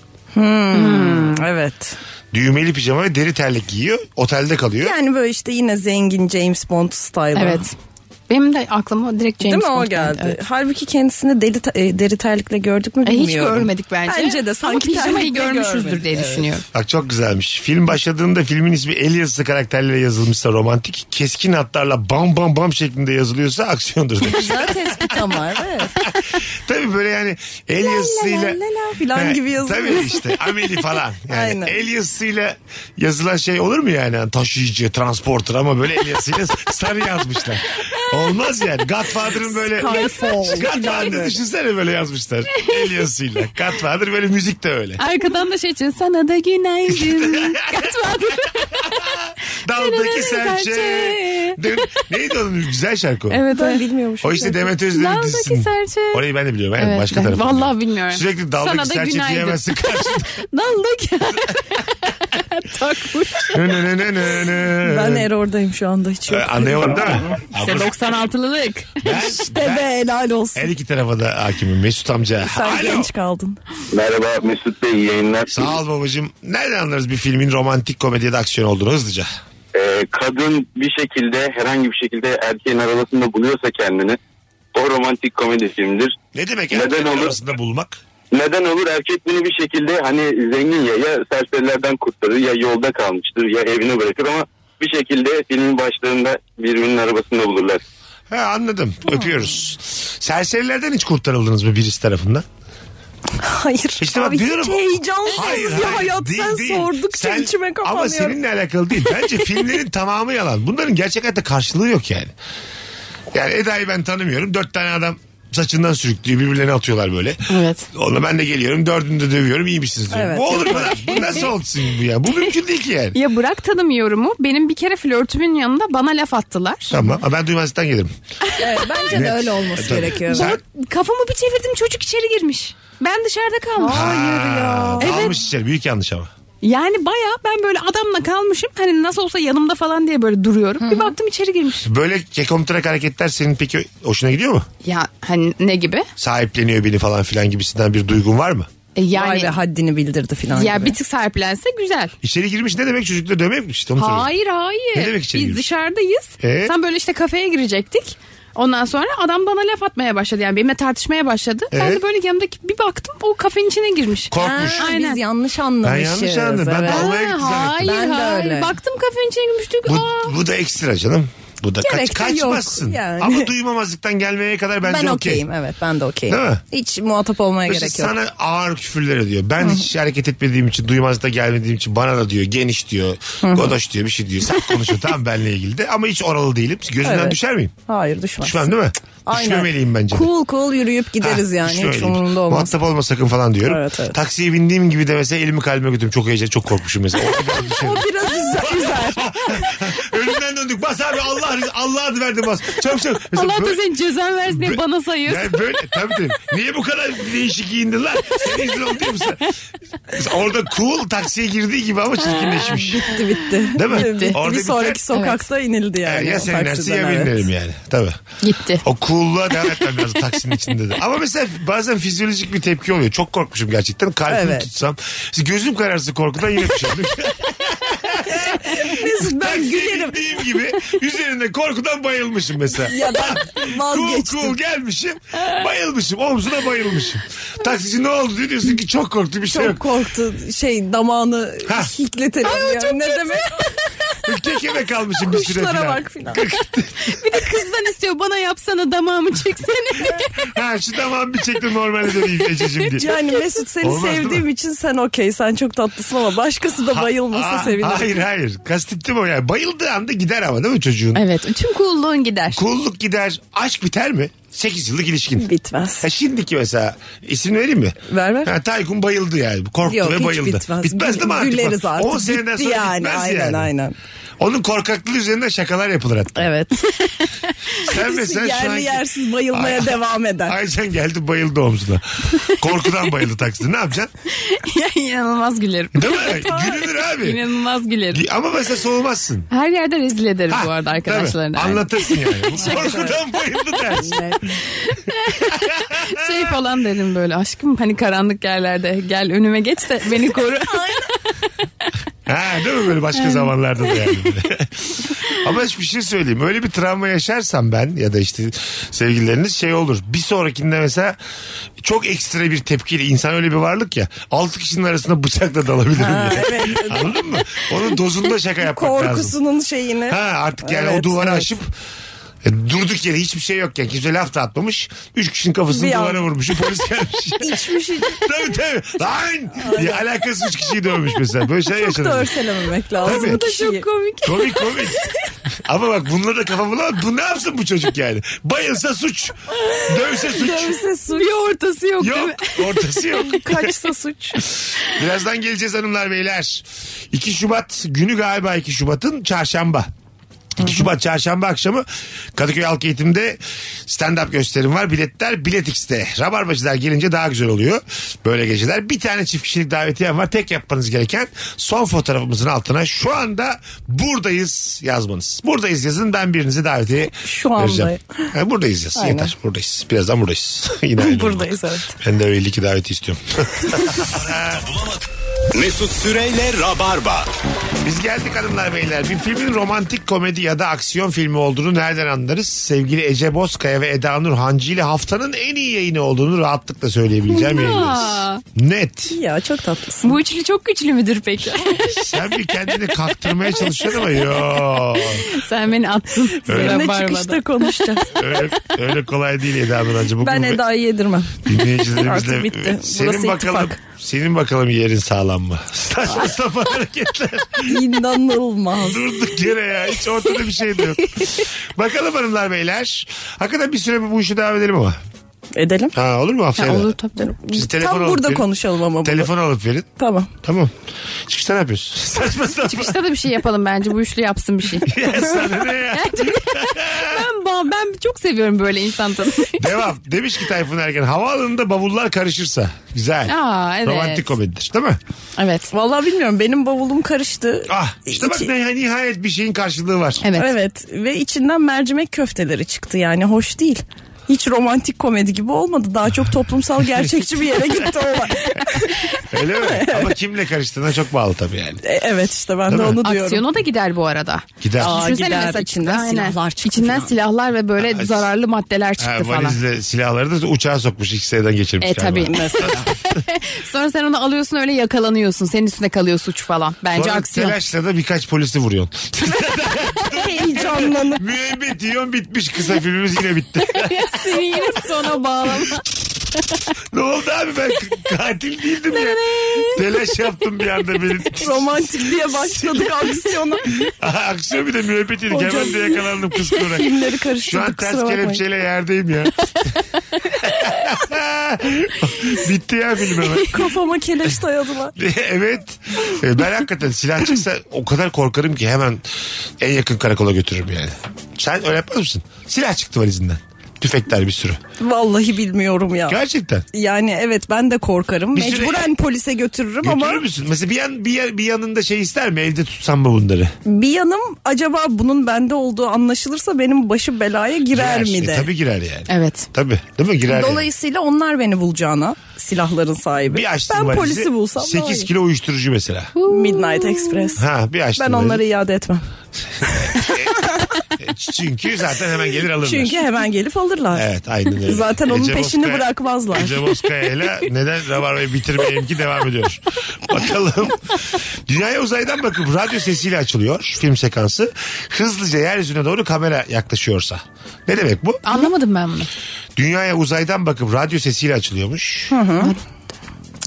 S3: Hmm.
S4: Evet.
S3: Düğmeli pijama ve deri terlik giyiyor. Otelde kalıyor.
S4: Yani böyle işte yine zengin James Bond style.
S5: Evet. Benim de aklıma direkt James
S4: Değil mi o
S5: Bond
S4: geldi.
S5: evet.
S4: Halbuki kendisini deli te- e, deri terlikle gördük mü
S5: E,
S4: bilmiyorum.
S5: hiç görmedik bence.
S4: Bence de sanki
S5: Ama pijamayı
S4: terlikle
S5: görmüşüzdür
S4: görmedik.
S5: diye düşünüyorum.
S3: Bak çok güzelmiş. Film başladığında filmin ismi el yazısı karakterleriyle yazılmışsa romantik, keskin hatlarla bam bam bam şeklinde yazılıyorsa aksiyondur demiş.
S4: Güzel tespit ama evet.
S3: Tabii böyle yani el yazısıyla...
S4: la la filan
S3: He,
S4: gibi yazılıyor.
S3: Tabii işte ameli falan. Yani
S4: Aynen.
S3: el yazısıyla yazılan şey olur mu yani? Yani taşıyıcı, transporter ama böyle el yazısıyla sarı yazmışlar. Olmaz yani. Godfather'ın böyle...
S4: Skyfall.
S3: Godfather'ı düşünsene böyle yazmışlar. El yazısıyla. Godfather böyle müzik de öyle.
S5: Arkadan da şey için sana da günaydın. Katmadı.
S3: Daldaki serçe. Dün- Neydi onun güzel şarkı? o?
S5: evet
S4: Ben
S5: evet.
S4: bilmiyormuşum.
S3: O işte Demet Özdemir'in
S5: Daldaki
S3: dizisinin.
S5: serçe.
S3: Orayı ben de biliyorum. Evet,
S5: Evet,
S3: başka
S5: ben-
S3: tarafı.
S5: Vallahi bilmiyorum.
S3: Sürekli
S5: Sana
S3: daldaki
S5: da
S3: serçe
S5: günaydın.
S3: diyemezsin karşında.
S5: Daldık. Takmış.
S4: Ben erordayım şu anda hiç yok.
S3: Ee, Anlayamadım değil mi?
S5: İşte 96'lılık.
S3: Ben,
S4: Dede helal olsun.
S3: her iki tarafa da hakimim. Mesut amca.
S4: Sen
S3: Alo.
S4: genç kaldın.
S7: Merhaba Mesut Bey iyi yayınlar.
S3: Sağ ol babacığım. Nereden anlarız bir filmin romantik komedyada aksiyon olduğunu hızlıca?
S7: Ee, kadın bir şekilde herhangi bir şekilde erkeğin arabasında buluyorsa kendini o romantik komedi filmidir.
S3: Ne demek
S7: Neden
S3: erkekler
S7: olur?
S3: arasında bulmak?
S7: Neden olur erkek bunu bir şekilde hani zengin ya ya serserilerden kurtarır ya yolda kalmıştır ya evine bırakır ama bir şekilde filmin başlarında birbirinin arabasında bulurlar.
S3: He anladım. Öpüyoruz. Serserilerden hiç kurtarıldınız mı birisi tarafından?
S4: Hayır.
S3: İşte bak
S4: Abi
S3: diyorum.
S4: hiç heyecansız bir hayat.
S3: değil,
S4: sen
S3: değil.
S4: sordukça
S3: Sen-
S4: içime
S3: Ama
S4: kapanıyorum.
S3: seninle alakalı değil. Bence filmlerin tamamı yalan. Bunların gerçek hayatta karşılığı yok yani. Yani Eda'yı ben tanımıyorum. Dört tane adam saçından sürüklüyor. Birbirlerine atıyorlar böyle.
S5: Evet.
S3: Onunla ben de geliyorum. Dördünü de dövüyorum. iyi misiniz diyorum.
S4: Evet.
S3: Bu olur mu lan? Bu nasıl olsun bu ya? Bu mümkün değil ki yani.
S5: Ya bırak tanımıyorumu. Benim bir kere flörtümün yanında bana laf attılar.
S3: Tamam. Ha, Ben duymazdan gelirim.
S4: Evet, bence de öyle olması
S3: Tabii.
S4: gerekiyor.
S3: Sen-
S5: Baba, kafamı bir çevirdim çocuk içeri girmiş. Ben dışarıda kalmışım.
S3: Ha,
S5: Evet.
S3: Almış içeri. Büyük yanlış ama.
S5: Yani baya ben böyle adamla kalmışım. Hani nasıl olsa yanımda falan diye böyle duruyorum. Bir baktım içeri girmiş.
S3: Böyle kekomtrak hareketler senin peki hoşuna gidiyor mu?
S5: Ya hani ne gibi?
S3: Sahipleniyor beni falan filan gibisinden bir duygun var mı?
S5: E,
S4: Vay
S5: yani
S4: be haddini bildirdi filan
S5: ya
S4: gibi.
S5: bir tık sahiplense güzel.
S3: İçeri girmiş ne demek çocukları dövmek mi? İşte onu soruyorum.
S5: Hayır hayır.
S3: Ne demek içeri
S5: Biz
S3: girmiş?
S5: dışarıdayız.
S3: Ee?
S5: Tam böyle işte kafeye girecektik. Ondan sonra adam bana laf atmaya başladı. Yani benimle tartışmaya başladı. Ben
S3: Evet.
S5: de böyle yanımdaki bir baktım o kafenin içine girmiş.
S3: Korkmuş.
S4: Ha,
S5: Aynen.
S4: Biz yanlış
S3: Ben
S4: anlamışız.
S3: yanlış anladım. Ben
S4: evet.
S3: dalmaya gitti zannettim.
S5: hayır
S4: Ben de
S5: hayır.
S4: öyle.
S5: Baktım kafenin içine girmiş. Diyor ki,
S3: Bu,
S5: "Aa."
S3: bu da ekstra canım. Bu da kaç,
S4: Gerek de yok
S3: kaçmazsın.
S4: yani.
S3: Ama duymamazlıktan gelmeye kadar bence
S4: Ben
S3: okey.
S4: okeyim evet ben de okeyim.
S3: Değil mi?
S4: Hiç muhatap olmaya
S3: Mesela
S4: gerek yok.
S3: sana ağır küfürler ediyor. Ben hiç hareket etmediğim için, duymazda gelmediğim için bana da diyor, geniş diyor, godoş diyor, bir şey diyor. Sert konuşuyor tamam benle ilgili de ama hiç oralı değilim. Gözünden
S4: Evet.
S3: düşer miyim?
S4: Hayır düşmez.
S3: Düşmem değil mi?
S4: Aynen.
S3: Düşmemeliyim bence. de.
S4: Cool cool yürüyüp gideriz
S3: Ha,
S4: yani hiç
S3: düşmemeliyim.
S4: umurumda olmaz.
S3: Muhatap olma sakın falan diyorum.
S4: Evet, evet.
S3: Taksiye bindiğim gibi de mesela elimi kalbime götürdüm. Çok heyecan, çok korkmuşum mesela. Orada biraz düşerim.
S4: O biraz üzer. üzer.
S3: Önümden döndük. Bas abi Allah Allah adı verdim bas. Çok çok. Mesela
S5: Allah da
S3: böyle-
S5: senin cezan versin diye
S3: Bö-
S5: bana sayıyorsun.
S3: Yani böyle tabii tabii. Niye bu kadar değişik giyindin lan? Sen izin oldu mu sen? Orada cool taksiye girdiği gibi ama çirkinleşmiş.
S4: bitti bitti.
S3: Değil mi?
S4: Bitti.
S3: Orada
S4: bir
S3: biter.
S4: sonraki sokakta inildi yani.
S3: E, ya
S4: o
S3: sen inersin
S4: taksiden,
S3: ya ben
S4: evet.
S3: inerim yani. Tabii.
S5: Gitti.
S3: O cool'luğa devam etmem lazım taksinin içinde de. Ama mesela bazen fizyolojik bir tepki oluyor. Çok korkmuşum gerçekten. Kalbimi
S4: Evet.
S3: tutsam. Gözüm kararsın korkudan yine şey düşürdüm.
S4: Mesut ben
S3: Taksiye
S4: gülerim.
S3: bindiğim gibi üzerinde korkudan bayılmışım mesela.
S4: Ya ben
S3: Cool
S4: vazgeçtim.
S3: cool gelmişim. Bayılmışım. Omzuna bayılmışım. Taksici ne oldu diyor, diyorsun ki çok korktu bir şey
S4: Çok
S3: yok.
S4: korktu şey damağını
S3: Ha.
S4: hikletelim ya. ne demek
S3: Kekeme kalmışım bir süre
S4: kuşlara
S3: falan.
S4: bak filan.
S5: Bir de kızdan istiyor bana yapsana damağımı çeksene.
S3: Ha şu tamam bir çekti normale döneyim Ececiğim diye.
S4: Yani Mesut seni
S3: Olmaz değil
S4: sevdiğim
S3: mi?
S4: için sen okey sen çok tatlısın ama başkası da bayılmasa
S3: Aa,
S4: sevinirim.
S3: Hayır hayır. Kastettim o yani. Bayıldığı anda gider ama değil mi çocuğun?
S5: evet tüm kulluğun gider.
S3: Kulluk gider. Aşk biter mi? 8 yıllık ilişkin.
S4: Bitmez.
S3: Ha şimdiki mesela isim vereyim mi?
S4: Ver, ver.
S3: Ha, Taygun bayıldı yani. Korktu
S4: Yok
S3: ve
S4: hiç
S3: bayıldı.
S4: bitmez.
S3: Bitmez değil mi artık?
S4: Güleriz artık.
S3: 10 seneden
S4: Bitti
S3: sonra
S4: yani.
S3: bitmez
S4: aynen,
S3: yani.
S4: aynen.
S3: Onun korkaklığı üzerinden şakalar yapılır hatta.
S4: Evet.
S3: Sen mesela şu
S4: Yerli
S3: anki-
S4: yersiz bayılmaya
S3: Ay-
S4: devam eder.
S3: Aycan geldi bayıldı omzuna. Korkudan bayıldı takside. Ne yapacaksın?
S5: ya inanılmaz gülerim.
S3: Değil mi? Gülünür abi.
S5: İnanılmaz gülerim.
S3: Ama mesela soğumazsın.
S5: Her yerde rezil ederim
S3: Ha,
S5: bu arada
S3: tabii.
S5: arkadaşlarına.
S3: Anlatırsın yani. Bu Korkudan bayıldı dersin.
S5: Yani Şey falan derim böyle aşkım hani karanlık yerlerde gel önüme geç de beni koru.
S3: Ha, değil mi böyle başka zamanlarda da yani. Ama bir şey söyleyeyim. Öyle bir travma yaşarsam ben ya da işte sevgilileriniz şey olur. Bir sonrakinde mesela çok ekstra bir tepkiyle insan öyle bir varlık ya. Altı kişinin arasında bıçakla dalabilirim. ya. Anladın mı? Onun dozunda şaka yapmak lazım.
S4: Korkusunun şeyini.
S3: Ha artık yani o
S4: Evet,
S3: duvarı
S4: evet.
S3: aşıp e, durduk yere hiçbir şey yok yani kimse laf da atmamış. Üç kişinin kafasını
S4: Bir an.
S3: duvara vurmuş. Polis gelmiş.
S4: İçmiş iç-
S3: tabii tabii. Lan! Ya, alakasız üç kişiyi dövmüş mesela. Böyle şey
S4: Çok da
S3: yaşanır.
S4: örselememek lazım.
S3: Tabii. Bu da
S4: Kişiyi.
S5: Çok komik.
S3: Komik komik. Ama bak bunlara da kafa bulamaz. Bu ne yapsın bu çocuk yani? Bayılsa suç. Dövse suç.
S4: Dövse suç.
S5: Bir ortası yok, değil
S3: Yok
S5: mi?
S3: ortası yok.
S5: Kaçsa suç.
S3: Birazdan geleceğiz hanımlar beyler. 2 Şubat günü galiba 2 Şubat'ın çarşamba. 2 Şubat çarşamba akşamı Kadıköy Halk Eğitim'de stand-up gösterim var. Biletler Bilet X'te. Rabarbacılar gelince daha güzel oluyor. Böyle geceler. Bir tane çift kişilik davetiyem var. Tek yapmanız gereken son fotoğrafımızın altına şu anda buradayız yazmanız. Buradayız yazın ben birinize davetiye
S4: Şu anda.
S3: vereceğim. Ha, buradayız yaz.
S4: Aynen.
S3: Yeter buradayız. Birazdan buradayız. Yine ayrılmadık.
S4: Buradayız, evet.
S3: Ben de öyle iki daveti istiyorum.
S2: Mesut Süreyle Rabarba.
S3: Biz geldik hanımlar beyler. Bir filmin romantik komedi ya da aksiyon filmi olduğunu nereden anlarız? Sevgili Ece Bozkaya ve Eda Nur Hancı ile haftanın en iyi yayını olduğunu rahatlıkla söyleyebileceğim yayınlarız.
S5: Aa,
S3: Net.
S4: Ya çok tatlısın.
S5: bu üçlü çok güçlü müdür peki?
S3: Sen bir kendini kaktırmaya çalışıyorsun ama yo.
S5: Sen beni attın.
S4: Seninle
S5: Rabarba'da.
S4: çıkışta konuşacağız.
S3: Öyle, öyle kolay değil Eda Nur Hancı. Bugün
S4: ben
S3: bu-
S4: Eda'yı yedirmem.
S3: Dinleyicilerimizle
S4: Artık bitti.
S3: senin
S4: Burası
S3: bakalım
S4: ittifak.
S3: senin bakalım yerin sağlam mı? Saçma sapan hareketler.
S4: İnanılmaz.
S3: Durduk yere ya. Hiç ortada bir şey de yok. Bakalım hanımlar beyler. Hakikaten bir süre bu işi devam edelim ama.
S4: Edelim.
S3: Ha olur mu haftaya?
S5: Ha,
S3: da?
S5: olur tabii. tabii.
S3: Biz telefon
S4: Tam
S3: alıp
S4: burada
S3: verin.
S4: konuşalım ama bunu.
S3: Telefon alıp verin.
S4: Tamam.
S3: Tamam. Çıkışta ne yapıyorsun? Saçma sapan.
S5: Çıkışta da bir şey yapalım bence. Bu üçlü yapsın bir şey.
S3: Ya sana ne ya?
S5: ben, ba- ben çok seviyorum böyle insan tanımayı.
S3: Devam. Demiş ki Tayfun Ergen havaalanında bavullar karışırsa. Güzel.
S5: Aa evet.
S3: Romantik komedidir değil mi?
S5: Evet.
S4: Vallahi bilmiyorum benim bavulum karıştı.
S3: Ah işte bak
S4: İçi-
S3: ne, nihayet bir şeyin karşılığı var.
S5: Evet.
S4: Evet ve içinden mercimek köfteleri çıktı yani hoş değil. Hiç romantik komedi gibi olmadı. Daha çok toplumsal gerçekçi bir yere gitti olay.
S3: Öyle mi? Ama kimle karıştığına çok bağlı tabii yani.
S4: E, evet işte ben de
S3: Değil mi?
S4: onu diyorum.
S5: Aksiyona da gider bu arada.
S3: Gider.
S4: Aa,
S5: Düşünsene
S4: gider.
S5: mesela
S4: İçinden silahlar çıktı
S5: İçinden
S4: falan.
S5: silahlar ve böyle
S3: Aa,
S5: zararlı maddeler çıktı
S3: Ha, şey
S5: falan.
S3: valizle silahları da uçağa sokmuş X-ray'den geçirmiş.
S5: E
S3: galiba.
S5: tabii. Sonra sen onu alıyorsun öyle yakalanıyorsun. Senin üstüne kalıyor suç falan. Bence
S3: Sonra
S5: aksiyon.
S3: telaşla da birkaç polisi vuruyorsun.
S4: Heyecanlanıp
S3: Müebbet yiyorsun bitmiş kısa filmimiz yine bitti.
S5: Seni yine sona bağlama.
S3: ne oldu abi ben k- katil değildim ya. Telaş yaptım bir anda benim.
S4: romantik diye başladık aksiyona.
S3: Aksiyon bir de müebbet yedik
S4: Hocam.
S3: hemen de yakalandım kıskırarak.
S4: Filmleri
S3: Şu an
S4: karıştırdık
S3: ters
S4: kusura bakmayın.
S3: kelepçeyle yerdeyim ya. bitti ya film hemen.
S4: Kafama keleş dayadılar.
S3: evet. Ee, Ben hakikaten silah çıksa o kadar korkarım ki hemen en yakın karakola götürürüm yani. Sen öyle yapmaz mısın? Silah çıktı valizinden. Tüfekler bir sürü.
S4: Vallahi bilmiyorum ya.
S3: Gerçekten.
S4: Yani evet ben de korkarım.
S3: Bir süre-
S4: Mecburen polise götürürüm
S3: Götürür
S4: ama
S3: müsün? Mesela bir, yan, bir, yan- bir yanında şey ister mi? Evde tutsam mı bunları?
S4: bir yanım acaba bunun bende olduğu anlaşılırsa benim başı belaya girer,
S3: Girer.
S4: mi de.
S3: E, tabii girer yani.
S5: Evet.
S3: Tabii. Değil mi? Girer yani.
S4: Dolayısıyla onlar beni bulacağına silahların sahibi.
S3: Bir açtın
S4: ben
S3: valizi,
S4: polisi bulsam
S3: 8
S4: daha iyi.
S3: kilo uyuşturucu mesela.
S4: Midnight Express.
S3: Ha bir açtın
S4: Ben
S3: valizi.
S4: onları iade etmem.
S3: E, Çünkü zaten hemen gelir alırlar.
S4: Çünkü hemen gelip alırlar.
S3: Evet aynen öyle. E,
S4: Zaten onun
S3: Ece
S4: peşini
S3: Bozkaya-
S4: bırakmazlar.
S3: Ece Bozkaya'yla neden Rabarba'yı bitirmeyelim ki devam ediyor. Bakalım. Dünyaya uzaydan bakıp radyo sesiyle açılıyor film sekansı. Hızlıca yeryüzüne doğru kamera yaklaşıyorsa. Ne demek bu?
S5: Anlamadım ben bunu.
S3: Dünyaya uzaydan bakıp radyo sesiyle açılıyormuş.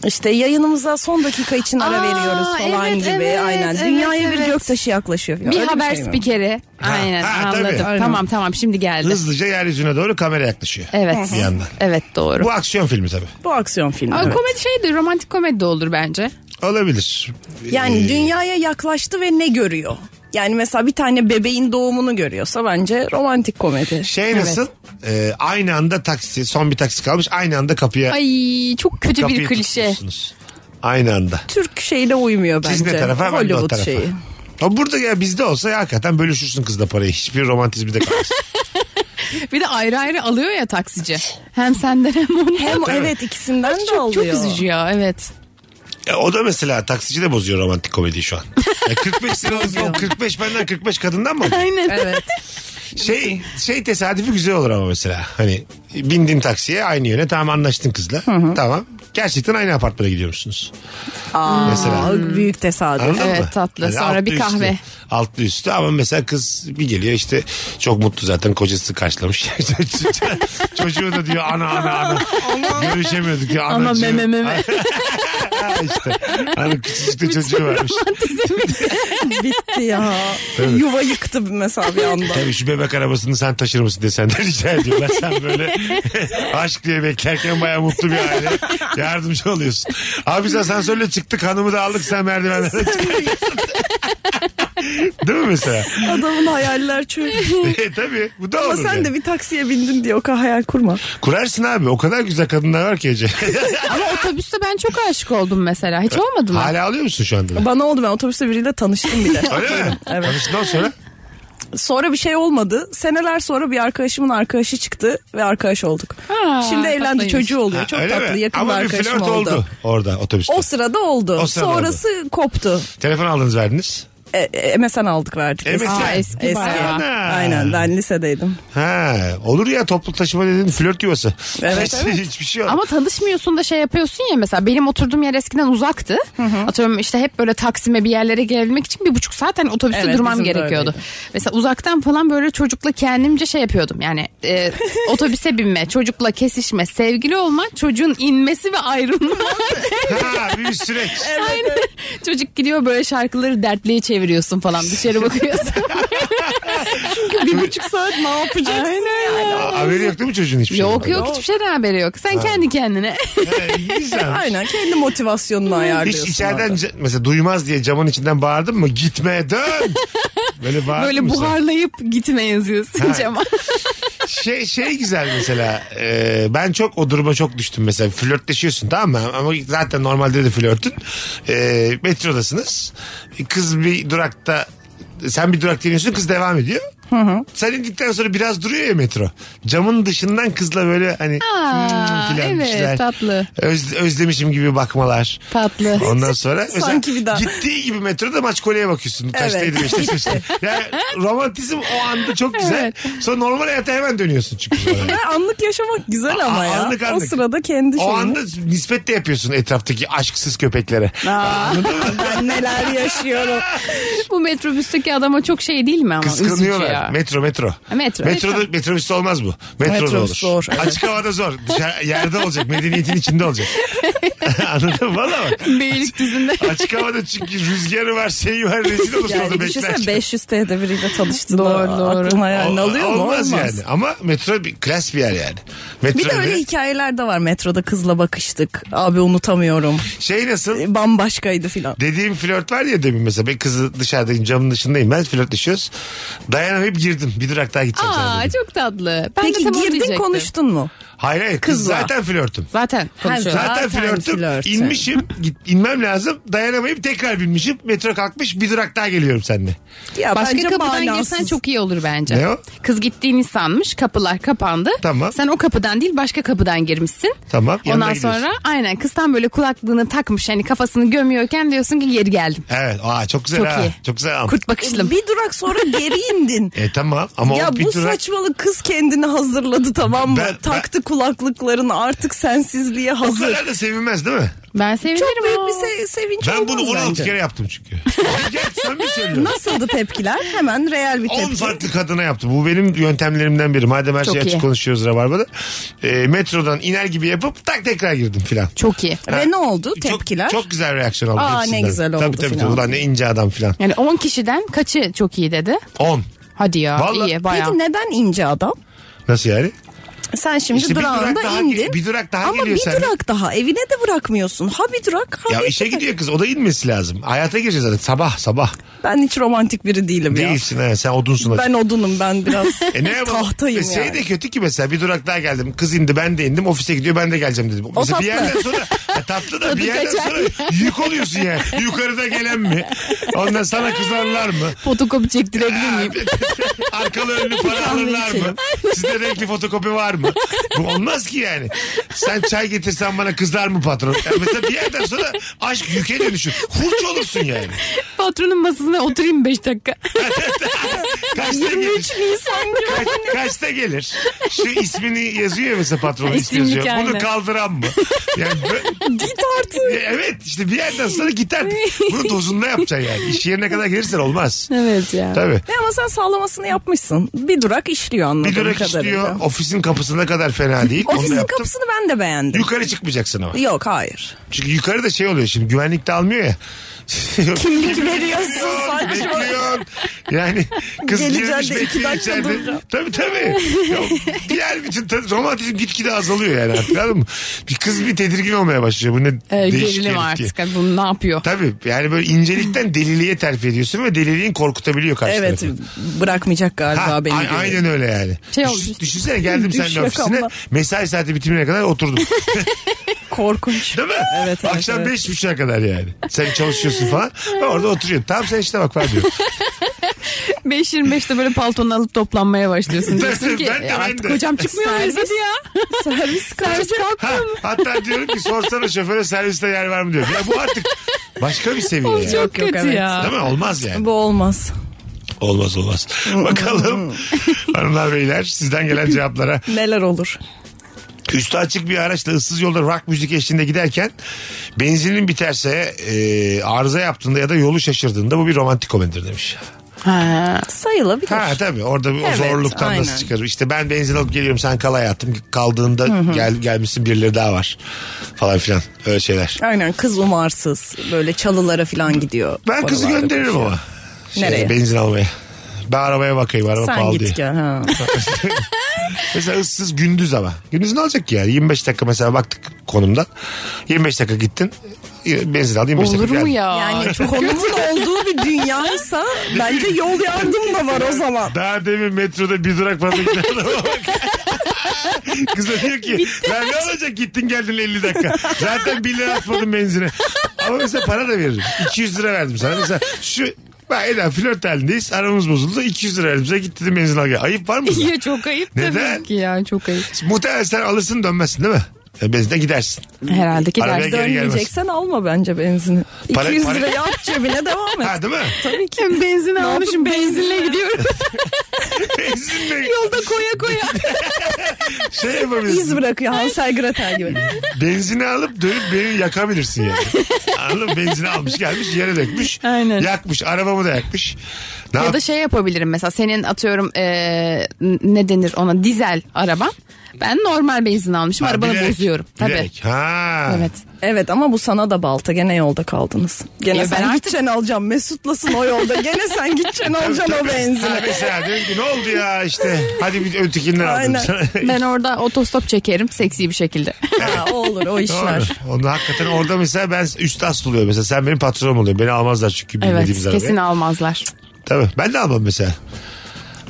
S4: İşte yayınımıza son dakika için ara
S5: Aa,
S4: veriyoruz falan
S5: evet,
S4: gibi.
S5: evet,
S4: Aynen.
S5: evet,
S4: Dünyaya bir
S5: evet.
S4: göktaşı yaklaşıyor. falan.
S5: Bir
S4: Öyle
S5: haber
S4: şey mi?
S5: spikeri. Aynen
S3: ha, tabii.
S5: anladım.
S3: Aynen.
S5: Tamam tamam şimdi geldi.
S3: Hızlıca yeryüzüne doğru kamera yaklaşıyor.
S5: Evet.
S3: Bir yandan.
S5: Evet doğru.
S3: Bu aksiyon filmi tabii.
S4: Bu aksiyon filmi.
S5: Ama
S4: evet.
S5: komedi şeydir romantik komedi de olur bence.
S3: Olabilir.
S4: Yani
S3: Ee,
S4: dünyaya yaklaştı ve ne görüyor? Yani mesela bir tane bebeğin doğumunu görüyorsa bence romantik komedi.
S3: Şey nasıl? Ee, aynı anda taksi, son bir taksi kalmış. Aynı anda kapıya
S5: Ay çok kötü
S3: kapıyı
S5: bir klişe.
S3: tutmuşsunuz. Aynı anda.
S4: Türk şeyle uymuyor bence.
S3: Siz ne tarafa ben de o
S4: Hollywood
S3: tarafa.
S4: şeyi.
S3: Ha burada ya bizde olsa ya hakikaten bölüşürsün kızla parayı. Hiçbir romantizmi de kalmaz.
S5: Bir de ayrı ayrı alıyor ya taksici. Hem senden hem ondan.
S4: Hem evet ikisinden de
S5: çok,
S4: alıyor.
S5: çok üzücü ya evet.
S3: Ya o da mesela taksici de bozuyor romantik komediyi şu an. Ya 45 lira o 45 benden 45 kadından mı?
S5: Aynen.
S4: Evet.
S3: Şey şey tesadüfi güzel olur ama mesela. Hani bindin taksiye aynı yöne tamam anlaştın kızla. Tamam. Gerçekten aynı apartmana gidiyormuşsunuz.
S4: Aa,
S3: Mesela.
S4: büyük tesadüf.
S3: Anladın mı?
S5: Evet,
S3: Hani
S5: tatlı. Sonra
S3: altlı
S5: bir kahve.
S3: Üstü, altlı üstü ama mesela kız bir geliyor işte çok mutlu zaten kocası karşılamış. Çocuğu da diyor ana ana ana. Görüşemiyorduk ya
S5: Ama
S3: anacığım.
S5: meme meme.
S3: işte. Hani küçücükte çocuğu varmış.
S4: Bitti ya.
S3: Evet.
S4: Yuva yıktı mesela bir anda.
S3: Tabii şu bebek arabasını sen taşır mısın diye senden rica ediyorlar. Sen böyle aşk diye beklerken baya mutlu bir aile. Yardımcı oluyorsun. Abi biz asansörle çıktık hanımı da aldık sen merdivenlere çıkıyorsun. Değil mi mesela?
S4: Adamın hayaller çöl.
S3: e, tabii. Bu da
S4: Ama
S3: olur. yani.
S4: sen de bir taksiye bindin diye o kadar hayal kurma.
S3: Kurarsın abi. O kadar güzel kadınlar var ki Ece.
S5: Ama otobüste ben çok aşık oldum mesela. Hiç olmadı mı?
S3: Hala alıyor musun şu anda?
S4: Bana oldu ben otobüste biriyle tanıştım bir de.
S3: Öyle mi?
S4: Evet.
S3: Tanıştıktan sonra
S4: Sonra bir şey olmadı. Seneler sonra bir arkadaşımın arkadaşı çıktı ve arkadaş olduk.
S5: Ha,
S4: Şimdi evlendi
S5: tatlıymış.
S4: çocuğu oluyor. Çok
S3: öyle
S4: tatlı
S3: mi?
S4: yakın
S3: Ama
S4: bir
S3: bir
S4: arkadaşım
S3: flört oldu.
S4: oldu.
S3: Orada otobüste.
S4: O sırada oldu.
S3: O sırada
S4: Sonrası koptu.
S3: Telefon aldınız verdiniz.
S4: E, e, MSN aldık verdik.
S3: MSN.
S5: Aa, eski,
S4: Eski.
S5: bayağı.
S4: Aynen ben lisedeydim.
S3: Ha, olur ya toplu taşıma dedin flört yuvası.
S4: Evet, evet.
S3: Hiçbir şey yok.
S5: Ama tanışmıyorsun da şey yapıyorsun ya mesela benim oturduğum yer eskiden uzaktı. Atıyorum işte hep böyle Taksim'e bir yerlere gelebilmek için bir buçuk saat hani otobüste
S4: Evet,
S5: durmam
S4: bizim de
S5: gerekiyordu.
S4: öyleydi.
S5: Mesela uzaktan falan böyle çocukla kendimce şey yapıyordum yani e, otobüse binme, çocukla kesişme, sevgili olma, çocuğun inmesi ve ayrılma.
S3: Ha, bir süreç.
S5: Aynen. Çocuk gidiyor böyle şarkıları dertliye çeviriyorsun falan dışarı bakıyorsun. Çünkü bir buçuk saat ne yapacaksın?
S3: Aa, Haberi yok değil mi çocuğun hiçbir şey?
S5: Yok yok hiçbir şeyden haberi yok. Sen kendi kendine.
S3: Güzel.
S4: Aynen kendi motivasyonunu ayarlıyorsun.
S3: Hiç içeriden
S4: orada.
S3: ca- mesela duymaz diye camın içinden bağırdın mı? Gitme dön. Böyle bağırdın
S5: Böyle
S3: mı sen?
S5: buharlayıp gitme yazıyorsun
S3: Ha.
S5: cama.
S3: Şey, şey güzel mesela e, ben çok o duruma çok düştüm mesela flörtleşiyorsun tamam mı ama zaten normalde de flörtün e, metrodasınız kız bir durakta sen bir durakta iniyorsun kız devam ediyor. Sen indikten sonra biraz duruyor ya metro. Camın dışından kızla böyle hani
S5: Aa,
S3: "Hmm" filan
S5: evet,
S3: şeyler.
S5: tatlı.
S3: Öz- özlemişim gibi bakmalar.
S5: Tatlı.
S3: Ondan sonra mesela
S4: Sanki bir daha.
S3: gittiği gibi metroda maç koleye bakıyorsun.
S4: Evet.
S3: Taştaydı beşte taştaydı. Yani romantizm o anda çok güzel. Sonra normal hayata hemen dönüyorsun çünkü. sonra.
S4: Ya anlık yaşamak güzel ama
S3: Aa,
S4: ya.
S3: anlık, anlık.
S4: O sırada kendi
S3: o
S4: şeyini.
S3: anda nispet de yapıyorsun etraftaki aşksız köpeklere.
S4: Aa, ben neler yaşıyorum.
S5: Bu metrobüsteki adama çok şey değil mi ama? üzücü
S3: Kıskanıyorlar.
S5: ya.
S3: Metro metro.
S5: Metro,
S3: Metroda,
S5: metro.
S3: metrobüste olmaz bu. Metroda olur.
S4: Metrobüs zor, evet.
S3: Açık havada zor. Dışarı, yerde olacak. Medeniyetin içinde olacak. Anladın mı? Valla bak.
S5: Beylikdüzü'nde.
S3: Açık havada çünkü rüzgarı var, şeyi var, rezil olursun orada
S4: Yani düşünsene
S3: beklerken.
S4: 500 TL'de biriyle tanıştın.
S5: Doğru, doğru.
S4: Aklına yani
S3: Ol-
S4: alıyor mu?
S3: Olmaz
S4: Olmaz
S3: yani. Ama metro bir klas bir yer yani. Metro
S4: Bir de öyle hikayeler de var. Metroda kızla bakıştık. Abi unutamıyorum.
S3: Şey nasıl?
S4: E, Bambaşkaydı filan.
S3: Dediğim flört var ya demin mesela ben kızı dışarıdayım camın dışındayım ben flörtleşiyoruz. Dayanamayıp girdim bir durak daha gideceğim sana
S5: Aa
S3: dedim.
S5: çok tatlı. Ben de
S4: Peki
S5: tam onu
S4: girdin
S5: diyecektim.
S4: konuştun mu?
S3: Hayır hayır kız
S4: Kızla.
S3: zaten flörtüm.
S5: Zaten konuşuyorlar.
S3: Zaten,
S4: Zaten
S3: flörtüm.
S4: flörtüm.
S3: İnmişim git, inmem lazım dayanamayıp tekrar binmişim metro kalkmış bir durak daha geliyorum seninle.
S4: Ya
S5: Başka
S4: bence
S5: kapıdan
S4: manasız.
S5: girsen çok iyi olur bence.
S3: Ne o?
S5: Kız gittiğini sanmış kapılar kapandı.
S3: Tamam.
S5: Sen o kapıdan değil başka kapıdan girmişsin.
S3: Tamam, yanına
S5: Ondan
S3: gidiyorsun.
S5: sonra aynen kız tam böyle kulaklığını takmış hani kafasını gömüyorken diyorsun ki geri geldim.
S3: Evet aa çok güzel
S5: Çok
S3: ha.
S5: iyi.
S3: Çok güzel ama.
S5: Kurt bakışlım.
S4: Bir durak sonra geri indin.
S3: E tamam ama o
S4: ya
S3: bir
S4: bu
S3: durak.
S4: saçmalık kız kendini hazırladı tamam mı?
S3: Ben- ben-
S4: Taktı kulaklıklarını artık sensizliğe
S3: O
S4: hazır.
S3: kadar da sevinmez değil mi?
S5: Ben sevinirim.
S4: Çok büyük
S5: o.
S4: bir şey. se- sevinç
S3: Ben bunu
S4: olmaz
S3: 16
S4: bence.
S3: kere yaptım çünkü. Gel sen mi söylüyorsun?
S4: Nasıldı tepkiler? Hemen real bir
S3: 10
S4: tepki.
S3: farklı kadına yaptı. Bu benim yöntemlerimden biri. Madem her
S5: Çok
S3: şeyi açık
S5: iyi.
S3: konuşuyoruz Rabarba'da. E, metrodan iner gibi yapıp tak tekrar girdim filan.
S5: Çok iyi.
S3: Ha.
S4: Ve ne oldu
S3: Çok-
S4: tepkiler?
S3: Çok, güzel reaksiyon aldım.
S4: Aa, ne
S3: hepsinden.
S4: güzel oldu
S3: Tabii tabii.
S4: filan.
S3: tabii. Ulan ne ince adam filan.
S5: Yani 10 kişiden kaçı çok iyi dedi?
S3: 10.
S5: Hadi ya
S3: Vallahi-
S5: iyi bayağı.
S4: Peki neden ince adam?
S3: Nasıl yani?
S4: Sen şimdi
S3: İşte bir
S4: durağında
S3: durak daha
S4: indin.
S3: ge- bir durak daha
S4: Ama
S3: geliyor
S4: bir
S3: sende.
S4: durak daha. Evine de bırakmıyorsun. Ha bir durak ha
S3: Ya
S4: bir
S3: işe
S4: durak.
S3: gidiyor kız. O da inmesi lazım. Hayata gireceğiz artık. Sabah sabah.
S4: Ben hiç romantik biri değilim ya.
S3: Değilsin ha. Sen odunsun. açık.
S4: Ben odunum ben biraz
S3: E ne yapalım?
S4: tahtayım
S3: E Şey
S4: yani.
S3: de kötü ki mesela bir durak daha geldim. Kız indi ben de indim. Ofise gidiyor ben de geleceğim dedim. Mesela bir
S4: tatlı.
S3: yerden sonra Ya tatlı da bir
S5: Tadı
S3: yerden
S5: kaçar.
S3: sonra yük oluyorsun ya. Yukarıda gelen mi? Ondan sana kızarlar mı?
S5: Fotokopi çektirebilir miyim?
S3: Arkalı önlü para alırlar mı? Sizde renkli fotokopi var mı? Bu olmaz ki yani. Sen çay getirsen bana kızar mı patron? Yani mesela bir yerden sonra aşk yüke dönüşür. Hurç olursun yani.
S5: Patronun masasına oturayım 5 dakika.
S3: Kaçta gelir? Ka- kaçta gelir? Şu ismini yazıyor ya mesela patronun ismi
S5: İsimlik
S3: yazıyor. Bunu
S5: aynen.
S3: kaldıran mı? Yani bö-
S4: Git artık.
S3: E, evet işte bir yerden sonra gider. Bunu dozunda yapacaksın yani. İş yerine kadar gelirsen olmaz.
S5: evet ya.
S3: Tabii.
S4: Ne E ama sen sağlamasını yapmışsın. Bir durak işliyor anladığım
S3: Bir durak
S4: kadarıyla.
S3: istiyor. Ofisin kapısına kadar fena değil. Onu da
S4: Ofisin
S3: yaptım.
S4: kapısını ben de beğendim.
S3: Yukarı çıkmayacaksın ama.
S4: Yok hayır.
S3: Çünkü yukarıda şey oluyor şimdi güvenlik de almıyor ya. Kimlik
S4: veriyorsun saçma.
S3: Bekliyorsun. Yani kız
S4: Geleceğim
S3: girmiş
S4: de iki
S3: bekliyor
S4: dakika
S3: içeride.
S4: duracağım.
S3: Tabii tabii. Ya, diğer bütün tadı, romantizm gitgide azalıyor yani artık anladın mı? Bir kız bir tedirgin olmaya başlıyor. Bu ne
S5: Ee,
S3: değişik
S5: gerilim
S3: herif diye.
S5: artık. Hani Bunu ne yapıyor?
S3: Tabii yani böyle incelikten deliliğe terfi ediyorsun ve deliliğin korkutabiliyor karşı
S4: Evet
S3: tarafı.
S4: bırakmayacak galiba
S3: Ha,
S4: beni.
S3: a-
S4: diyor.
S3: aynen öyle yani.
S5: Şey
S3: Düş-
S5: olmuş.
S3: düşünsene geldim
S4: Düş
S3: senin ofisine
S4: yakama.
S3: mesai saati bitimine kadar oturdum.
S4: Korkunç.
S3: Değil mi?
S4: Evet, evet,
S3: Akşam
S4: evet.
S3: beş buçuğa kadar yani. Sen çalışıyorsun falan. Orada oturuyorsun. Tamam sen işte bak falan diyor.
S5: 5.25'te böyle paltonu alıp toplanmaya başlıyorsun. Diyorsun ki
S3: Ben de,
S5: "E,
S3: ben
S5: artık
S3: de."
S5: hocam çıkmıyor
S4: Servis-
S5: evde ya.
S4: Servis
S5: Servis kalk.
S3: Ha, hatta diyorum ki sorsana şoföre serviste yer var mı diyor. Ya bu artık başka bir seviye.
S5: Oğlum
S3: ya.
S5: çok
S4: yok,
S5: kötü
S4: evet.
S5: ya.
S3: Değil mi? Olmaz yani.
S4: Bu Hmm. olmaz.
S3: Olmaz olmaz. Bakalım hanımlar beyler sizden gelen cevaplara.
S4: Neler olur?
S3: Üstü açık bir araçla ıssız yolda rock müzik eşliğinde giderken benzinin biterse e, arıza yaptığında ya da yolu şaşırdığında bu bir romantik komedidir demiş.
S5: Ha.
S4: Sayılabilir.
S3: Ha tabii orada bir o
S4: Evet,
S3: zorluktan nasıl
S4: aynen.
S3: çıkarır? İşte ben benzin alıp geliyorum sen kal hayatım. Kaldığında gel, gelmişsin birileri daha var falan filan öyle şeyler.
S4: Aynen kız umarsız böyle çalılara falan gidiyor.
S3: Ben kızı
S4: Oralarda
S3: gönderirim
S4: koşuyor.
S3: ama. Şeye,
S4: Nereye?
S3: Benzin almaya. Ben arabaya bakayım araba
S4: Sen
S3: pahalı
S4: git
S3: diye.
S4: gel. Ha.
S3: Mesela ıssız gündüz ama. Gündüz ne olacak ki yani? 25 dakika mesela baktık konumdan. 25 dakika gittin. Benzin aldın 25
S5: Olur
S3: dakika
S5: mu
S3: geldin.
S5: ya?
S4: Yani
S5: çok
S4: konumun olduğu bir dünyaysa bence yol yardım da var o zaman.
S3: Daha demin metroda bir durak fazla giden adama bak. Kız da diyor ki ben ne olacak gittin geldin 50 dakika. Zaten 1 lira atmadım benzine. Ama mesela para da veririm. 200 lira verdim sana. Mesela şu ben Eda flört halindeyiz. Aramız bozuldu. 200 lira verdim. Sana git dedim benzin al gel. Ayıp var mı? buna?
S5: Ya çok ayıp
S3: Neden?
S5: tabii ki ya çok ayıp.
S3: Muhtemelen sen alırsın dönmezsin değil mi? Yani Benzinden gidersin.
S5: Herhalde ki
S3: Arabaya
S5: dersi
S3: geri gelmez.
S4: Dönmeyeceksen alma bence benzini.
S3: Para-
S4: 200
S3: para-
S4: lirayı at cebine devam et.
S3: Ha değil mi?
S5: Tabii ki. benzin almışım benzinle gidiyorum.
S3: Benzinle
S5: Yolda koya koya.
S3: şey
S4: İz
S3: yapabilirsin.
S4: bırakıyor Hansel Gretel gibi.
S3: Benzini alıp dönüp beni yakabilirsin yani. Anladın mı? Benzini almış gelmiş yere dökmüş.
S5: Aynen.
S3: Yakmış arabamı da yakmış. Ne
S5: ya
S3: yap-
S5: da şey yapabilirim mesela senin atıyorum eee, ne denir ona dizel araban. Ben normal benzin almışım
S3: Ha,
S5: arabanı
S3: bilerek,
S5: bozuyorum. Tabii.
S3: bilerek. Ha.
S5: Evet.
S4: Evet ama bu sana da balta. Gene yolda kaldınız. Gene
S5: Ya
S4: sen
S5: ben artık-
S4: gideceksin alacaksın. Mesutlasın o yolda. Gene sen gideceksin alacaksın o
S3: Ha,
S4: benzini.
S3: mesela diyorum ki ne oldu ya işte hadi bir ötekinden aldım
S4: Aynen.
S3: sana.
S5: Ben orada otostop çekerim seksi bir şekilde.
S4: Ha, o olur o
S3: Doğru.
S4: işler.
S3: Onu hakikaten orada mesela ben üst asıl oluyor mesela sen benim patronum oluyor. Beni almazlar çünkü
S5: evet
S3: bilmediğimiz arabaya.
S5: kesin almazlar.
S3: Tabii ben de almam mesela.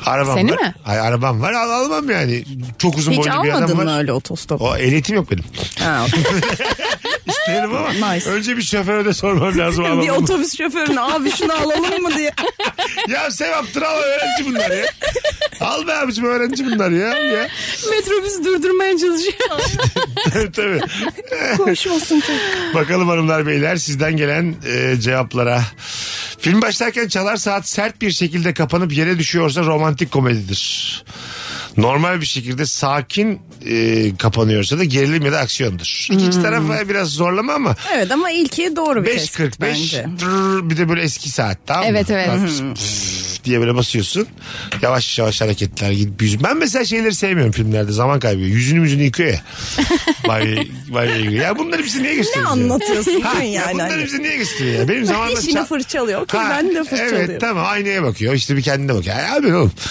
S3: Arabam
S5: Seni
S3: var.
S5: mi?
S3: Ay, arabam var al- almam yani. Çok uzun
S5: Hiç
S3: boylu bir adam
S4: Almadın
S3: var.
S4: mı öyle otostop?
S3: O ehliyetim yok benim.
S4: Ha,
S3: İsterim ama
S4: Nice.
S3: önce bir şoföre de sormam lazım.
S4: bir
S3: alalım mı?
S4: otobüs şoförüne abi şunu alalım mı diye.
S3: ya sevaptır ama öğrenci bunlar ya. Al be abicim öğrenci bunlar ya. ya.
S5: Metrobüs durdurmaya çalışıyor.
S3: Tabii, Tabii.
S4: Koşmasın çok.
S3: Bakalım hanımlar beyler sizden gelen e, cevaplara. Film başlarken çalar saat sert bir şekilde kapanıp yere düşüyorsa romantik komedidir. Normal bir şekilde sakin e, kapanıyorsa da gerilim ya da aksiyondur. İkinci tarafa biraz zorlama ama
S4: Hmm. Evet ama ilki doğru bir tespit bence.
S3: 5.45 tır, bir de böyle eski saat tamam
S5: Evet,
S3: mı?
S5: evet.
S3: Tamam, pf diye böyle basıyorsun. Yavaş yavaş hareketler gidip yüz. Ben mesela şeyleri sevmiyorum filmlerde zaman kaybıyor. Yüzünü yüzünü yıkıyor ya. Bay, bay, ya bunları bize niye
S4: Ne
S3: gösteriyorsun?
S4: anlatıyorsun
S3: Ha,
S4: yani? hani?
S3: ya bunları
S4: yani.
S3: bize niye gösteriyor? ya? Benim zamanımda
S4: Dişini
S3: çal-
S4: fırçalıyor. Okey
S3: Ha,
S4: ben de fırçalıyorum.
S3: Evet tamam aynaya bakıyor. İşte bir kendine bakıyor. Ya abi oğlum.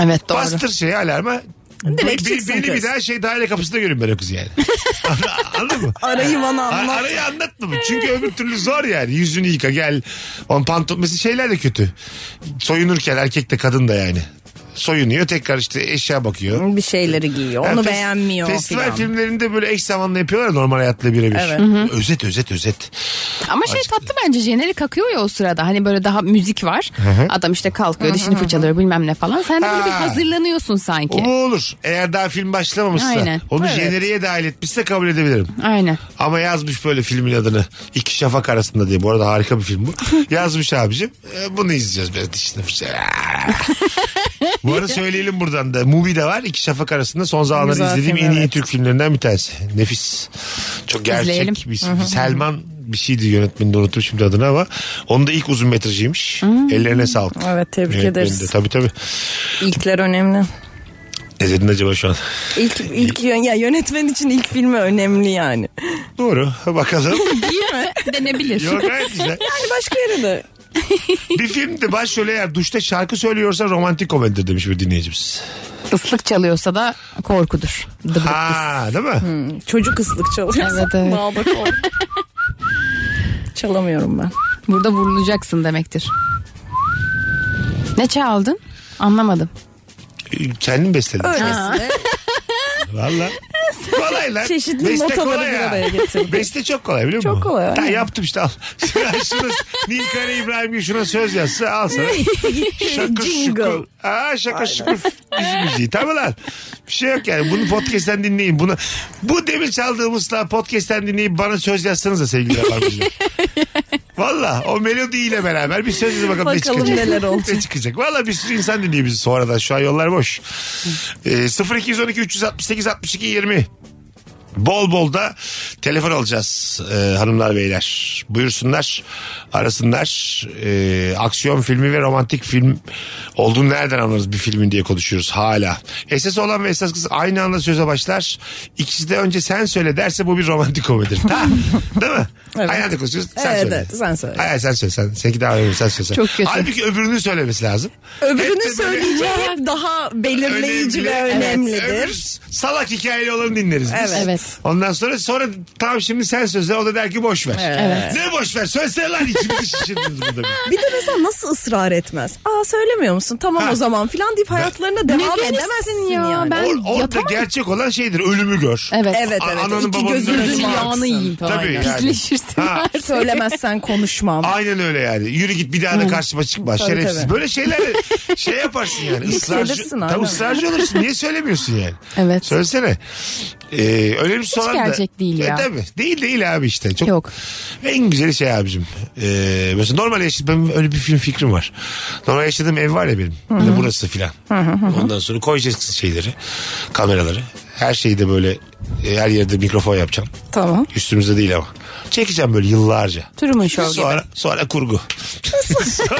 S5: Evet doğru.
S3: Bastır şeyi alarma.
S4: Direkt
S3: Be- be-
S4: çıksın
S3: beni bir
S4: kız.
S3: daha şey daire kapısında görün ben o kızı yani. Anladın mı?
S4: Arayı bana
S3: Ar-
S4: anlat.
S3: Arayı anlatma mı? Çünkü öbür türlü zor yani. Yüzünü yıka gel. On pantolon mesela şeyler de kötü. Soyunurken erkek de kadın da yani. Soyunuyor tekrar işte eşya bakıyor.
S4: Bir şeyleri giyiyor.
S3: Yani fes-
S4: Onu beğenmiyor
S3: Festival
S4: filan.
S3: filmlerinde böyle eş zamanlı yapıyorlar ya, normal hayatla birebir.
S4: Evet.
S3: Özet özet özet.
S5: Ama şey tatlı bence jenerik akıyor ya o sırada. Hani böyle daha müzik var. Adam işte kalkıyor dişini fırçalıyor bilmem ne falan. Sen böyle bir
S3: Ha.
S5: hazırlanıyorsun sanki.
S3: O mu olur? Eğer daha film başlamamışsa
S5: Aynen.
S3: onu
S4: Evet.
S3: jeneriğe dahil etmişse kabul edebilirim.
S5: Aynen.
S3: Ama yazmış böyle filmin adını. İki şafak arasında diye. Bu arada harika bir film bu. yazmış abicim. E, bunu izleyeceğiz biraz dişini fırça. bu arada söyleyelim buradan da. Movie de var. İki şafak arasında son zamanlarda
S4: Güzel
S3: izlediğim
S4: film,
S3: en iyi
S4: evet.
S3: Türk filmlerinden bir tanesi. Nefis. Çok
S5: İzleyelim.
S3: gerçek. Bir, Selman bir şeydi yönetmeni de unuttum şimdi adını ama onun da ilk uzun metrajıymış. Ellerine sağlık.
S4: Evet, tebrik
S3: Yönetmeni
S4: ederiz.
S3: de. Tabii tabii.
S4: İlkler önemli.
S3: Ne dedin acaba şu an?
S4: İlk, ilk yön, ya yönetmen için ilk filmi önemli yani.
S3: Doğru. Bakalım.
S5: Denebilir.
S3: Yok gayet güzel.
S4: Yani Hani başka yere de
S3: bir filmde başrolü eğer duşta şarkı söylüyorsa romantik komedidir demiş bir dinleyicimiz.
S5: Islık çalıyorsa da korkudur. Dıbırık.
S3: Ha değil mi?
S4: Çocuk ıslık çalıyor.
S5: Evet, evet.
S4: Bal bak o. Çalamıyorum ben.
S5: Burada vurulacaksın demektir. Ne çaldın? Anlamadım.
S4: Hmm.
S3: Kendim besledim.
S4: Öylesine
S3: Valla. Kolay lan.
S4: çeşitli
S3: Beste
S4: notaları
S3: kolay
S4: bir
S3: ha.
S4: araya getirdim.
S3: Beste çok kolay biliyor musun?
S4: Çok kolay,
S3: Ha,
S4: aynen.
S3: yaptım işte al. şuna, Nilkare İbrahim Gül şuna söz yazsa al sana. şakır
S4: Jingle.
S3: şukur. Aa, şakır şukur. Bizim müziği. Tamam lan. Bir şey yok yani. Bunu podcast'ten dinleyin. Bunu, bu demin çaldığımızla podcast'ten dinleyip bana söz yazsanız da sevgili Rabarbacılar. Valla o melodiyle beraber bir söz yazın bakalım, ne
S4: Bakalım
S3: çıkacak.
S4: neler olacak.
S3: Ne çıkacak. Valla bir sürü insan dinliyor bizi sonradan. Şu an yollar boş. Ee, 0212 368 62 20 Bol bol da telefon alacağız e, hanımlar beyler. Buyursunlar arasınlar. E, aksiyon filmi ve romantik film olduğunu nereden anlarız bir filmin diye konuşuyoruz hala. Esas olan ve esas kız aynı anda söze başlar. İkisi de önce sen söyle derse bu bir romantik komedidir. Ha, değil mi?
S4: Evet.
S3: Aynı anda konuşuyoruz. Sen
S4: Evet,
S3: söyle.
S4: evet, sen söyle.
S3: Hayır sen söyle. Sen, seninki daha önemli sen söyle. sen.
S5: Çok kötü.
S3: Halbuki öbürünü söylemesi lazım. Hep de
S4: Öbürünü
S3: böyle-
S4: söyleyeceği hep daha belirleyici ve
S3: Önemli.
S4: önemlidir.
S3: Öbür salak hikayeli olanı dinleriz biz.
S4: Evet.
S5: Evet.
S3: Ondan sonra sonra tamam şimdi sen sözle o da der ki boş ver.
S5: Evet.
S3: Ne boş ver söylesene lan içimizi şişirdiniz burada. bir.
S4: Bir de mesela nasıl ısrar etmez? Aa söylemiyor musun? Tamam
S3: Ha.
S4: o zaman filan deyip hayatlarına devam
S5: gelirsin
S4: edemezsin
S5: ya?
S4: yani.
S5: Ben-
S3: Or- orada
S5: yapamam.
S3: gerçek olan şeydir ölümü gör.
S5: Evet.
S4: Evet
S3: A-
S4: evet.
S3: ananın
S4: İki
S3: babanın
S4: gözünün
S3: önüne
S5: Gözünün
S3: Baksın.
S5: yağını yiyeyim falan.
S3: Tabii yani.
S5: Pisleşirsin.
S3: Ha.
S4: Söylemezsen konuşmam.
S3: Aynen öyle yani. Yürü git bir daha da karşıma çıkma.
S4: Tabii,
S3: Şerefsiz.
S4: tabii.
S3: Böyle şeyler şey yaparsın yani. Israrcı,
S4: Yükselirsin, aynen.
S3: tam ısrarcı olursun. Niye söylemiyorsun yani?
S5: Evet.
S3: Söylesene. Ee, önemlisi
S5: Hiç
S3: olan da.
S5: gerçek değil
S3: E,
S5: ya.
S3: tabii. Değil değil abi işte. Çok,
S5: Yok.
S3: En güzeli şey abicim. Ee, mesela normal yaşadığım benim öyle bir film fikrim var. Normal yaşadığım ev var ya benim. Bir de burası filan. Ondan sonra koyacağız şeyleri. Kameraları. Her şeyi de böyle e, her yerde mikrofon yapacağım.
S4: Tamam.
S3: Üstümüzde değil ama. Çekeceğim böyle yıllarca.
S5: Truman Show
S4: Şey
S5: gibi.
S3: Sonra, sonra kurgu. sonra,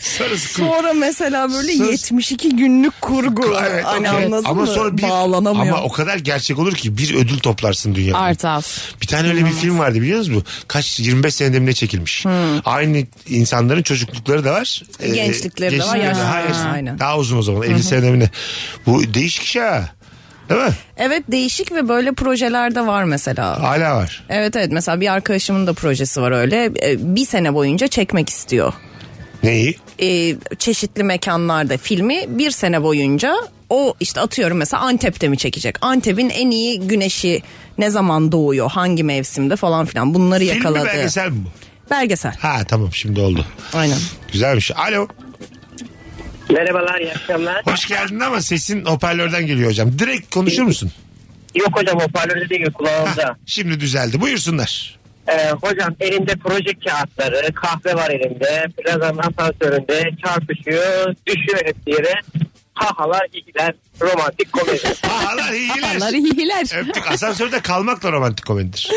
S3: sonrası kurgu.
S4: Sonra mesela böyle
S3: Söz-
S4: 72 günlük kurgu.
S3: Evet,
S4: hani
S3: okey.
S4: anladın
S3: ama
S4: mı?
S3: sonra bir,
S4: Bağlanamıyor.
S3: Ama o kadar gerçek olur ki bir ödül toplarsın dünyada.
S5: Art House.
S3: Bir tane öyle bir film vardı biliyor musunuz? bu? Kaç 25 senede mi ne çekilmiş. Aynı insanların çocuklukları da var. Ee,
S4: Gençlikleri de var,
S3: gençlikleri
S4: yaşlı-
S3: Ha, yaşlı.
S4: Aynen.
S3: Daha uzun o zaman 50 senede mi ne? Bu değişik iş ha. Değil mi?
S4: Evet değişik ve böyle projeler de var mesela.
S3: Hala var.
S4: Evet evet mesela bir arkadaşımın da projesi var öyle E, bir sene boyunca çekmek istiyor.
S3: Neyi?
S4: E, çeşitli mekanlarda filmi bir sene boyunca o işte atıyorum mesela Antep'te mi çekecek? Antep'in en iyi güneşi ne zaman doğuyor hangi mevsimde falan filan bunları
S3: Film mi
S4: yakaladı.
S3: belgesel mi bu?
S4: Belgesel.
S3: Ha tamam şimdi oldu.
S4: Aynen.
S3: Güzelmiş. Alo.
S7: Merhabalar iyi akşamlar.
S3: Hoş geldin ama sesin hoparlörden geliyor hocam. Direkt konuşur musun?
S7: Yok hocam hoparlörde değil kulağımda.
S3: Şimdi düzeldi. Buyursunlar.
S7: Ee, hocam elimde proje kağıtları, kahve var elimde. Birazdan asansöründe çarpışıyor, düşüyor hep yere. Hahalar iyiler, romantik komedi.
S3: Ahalar iyiler.
S5: Onlar iyiler.
S3: Öptük. Asansörde kalmakla romantik komedidir.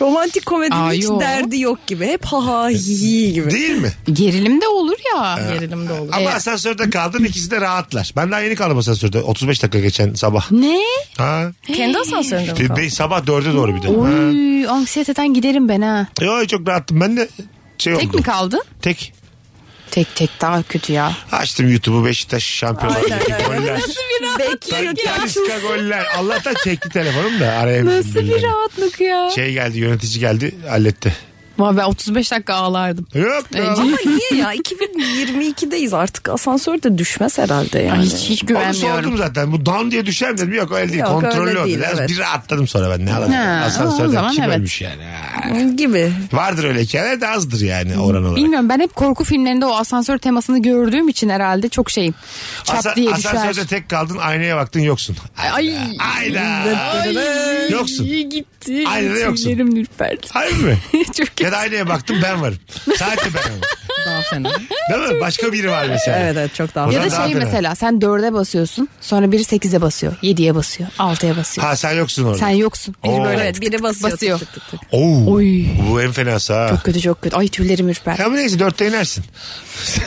S4: Romantik komedinin
S5: Aa,
S4: hiç
S5: yok.
S4: derdi yok gibi. Hep ha ha hi hi gibi.
S3: Değil mi?
S5: Gerilim de olur ya. E, Gerilim de olur.
S3: Ama
S5: Evet.
S3: asansörde kaldın ikisi de rahatlar. Ben daha yeni kaldım asansörde. 35 dakika geçen sabah.
S5: Ne?
S3: Ha.
S4: Kendi asansöründe mi
S3: Bir-
S4: kaldın?
S3: bir- sabah 4'e doğru bir de. Ha.
S5: Oy, anksiyeteden giderim ben ha.
S3: Yo, çok rahattım. Ben de şey
S5: Tek
S3: oldu.
S5: mi kaldın?
S3: Tek.
S5: Tek tek daha kötü ya.
S3: Açtım YouTube'u Beşiktaş şampiyonlar.
S4: Aynen,
S3: Ligi
S4: aynen.
S3: Goller.
S4: Bekliyorken
S3: Talisca goller. Allah'tan çekti telefonum da araya
S5: Nasıl bir rahatlık ya.
S3: Şey geldi yönetici geldi halletti.
S5: Vay ben 35 dakika ağlardım.
S3: Yok
S5: Ee,
S3: ya.
S4: Ama niye ya 2022'deyiz artık asansör de düşmez herhalde
S5: Ay,
S4: yani.
S5: hiç, hiç
S3: Onu sordum
S5: güvenmiyorum.
S3: zaten. Bu down diye düşer mi dedim. Yok öyle değil.
S4: Yok,
S3: Kontrollü
S4: öyle
S3: oldu.
S4: değil,
S3: Biraz
S4: evet.
S3: Bir rahatladım sonra ben. Ne alalım.
S5: Ha, o
S3: Asansörden
S5: zaman
S3: kim
S5: evet.
S3: ölmüş yani. Ha.
S4: gibi.
S3: Vardır öyle hikayeler de azdır yani oran olarak.
S5: Bilmiyorum ben hep korku filmlerinde o asansör temasını gördüğüm için herhalde çok şeyim. Çat
S3: Asa-
S5: diye düşer.
S3: asansörde tek kaldın aynaya baktın yoksun.
S5: Ay.
S3: Ayda.
S5: Ay.
S3: Yoksun.
S5: İyi gitti.
S3: Aynen de yoksun.
S5: Tüylerim ürperdi.
S3: Hayır mı?
S5: çok
S3: ya
S5: kötü.
S3: da aynaya baktım ben varım. Sadece ben varım.
S4: Daha fena.
S3: Değil mi? Başka biri var mesela.
S4: Evet evet çok daha
S3: O
S5: Ya
S4: fena.
S5: da
S3: Ulan daha
S5: şey
S3: fena.
S5: mesela sen 4'e basıyorsun sonra biri 8'e basıyor 7'ye basıyor 6'ya basıyor.
S3: Ha sen yoksun orada.
S5: Sen yoksun. Biri
S3: Oo.
S5: böyle
S4: Evet biri basıyor.
S5: Basıyor.
S4: Tık, tık, tık, tık.
S3: Oo.
S5: Oy.
S3: Bu en fenası ha.
S5: çok kötü çok kötü. Ay tüylerim ürperdi.
S3: Ya bu neyse dörtte inersin.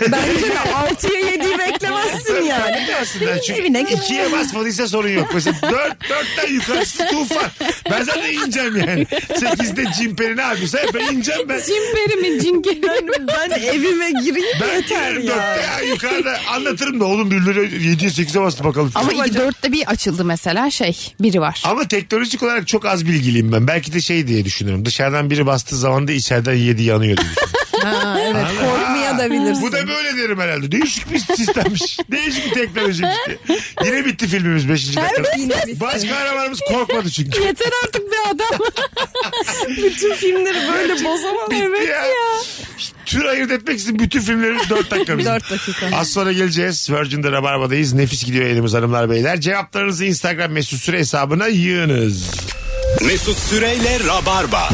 S4: Bence de 6'ya 7'yi beklemezsin yani.
S3: Biliyorsun ben çünkü
S4: Evine git.
S3: ikiye basmadıysa sorun yok. Mesela dört, dörtten yukarısı tufan. Ben zaten ineceğim yani. Sekizde cimperi ne yapıyorsa hep ben ineceğim ben.
S5: Cimberi mi cingeri
S4: Ben, ben evi Filme gireyim
S3: Ben
S4: yeter
S3: girerim
S4: ya.
S3: dörtte ya yukarıda anlatırım da oğlum birileri 7'ye 8'e bastı bakalım.
S5: Ama
S3: Ama,
S5: iki dörtte bir açıldı mesela şey biri var.
S3: teknolojik olarak çok az bilgiliyim ben. Belki de şey diye düşünüyorum. Dışarıdan biri bastığı zaman da içeriden 7 yanıyor diye düşünüyorum.
S4: Ha, evet korkmaya da bilirsin.
S3: Bu da böyle derim herhalde. Değişik bir sistemmiş. Değişik bir teknolojiymiş diye. Yine bitti filmimiz 5. dakikada.
S4: yine bitti.
S3: Baş kahramanımız korkmadı çünkü.
S5: Yeter artık bir adam.
S4: Bütün filmleri böyle bozamam.
S3: Bitti ya. Tür ayırt etmek için bütün filmlerimiz 4 dakika bizim.
S4: Dört dakika.
S3: Az sonra geleceğiz. Virgin'de Rabarba'dayız. Nefis gidiyor elimiz hanımlar beyler. Cevaplarınızı Instagram mesut süre hesabına yığınız.
S2: Mesut Süreyle Rabarba.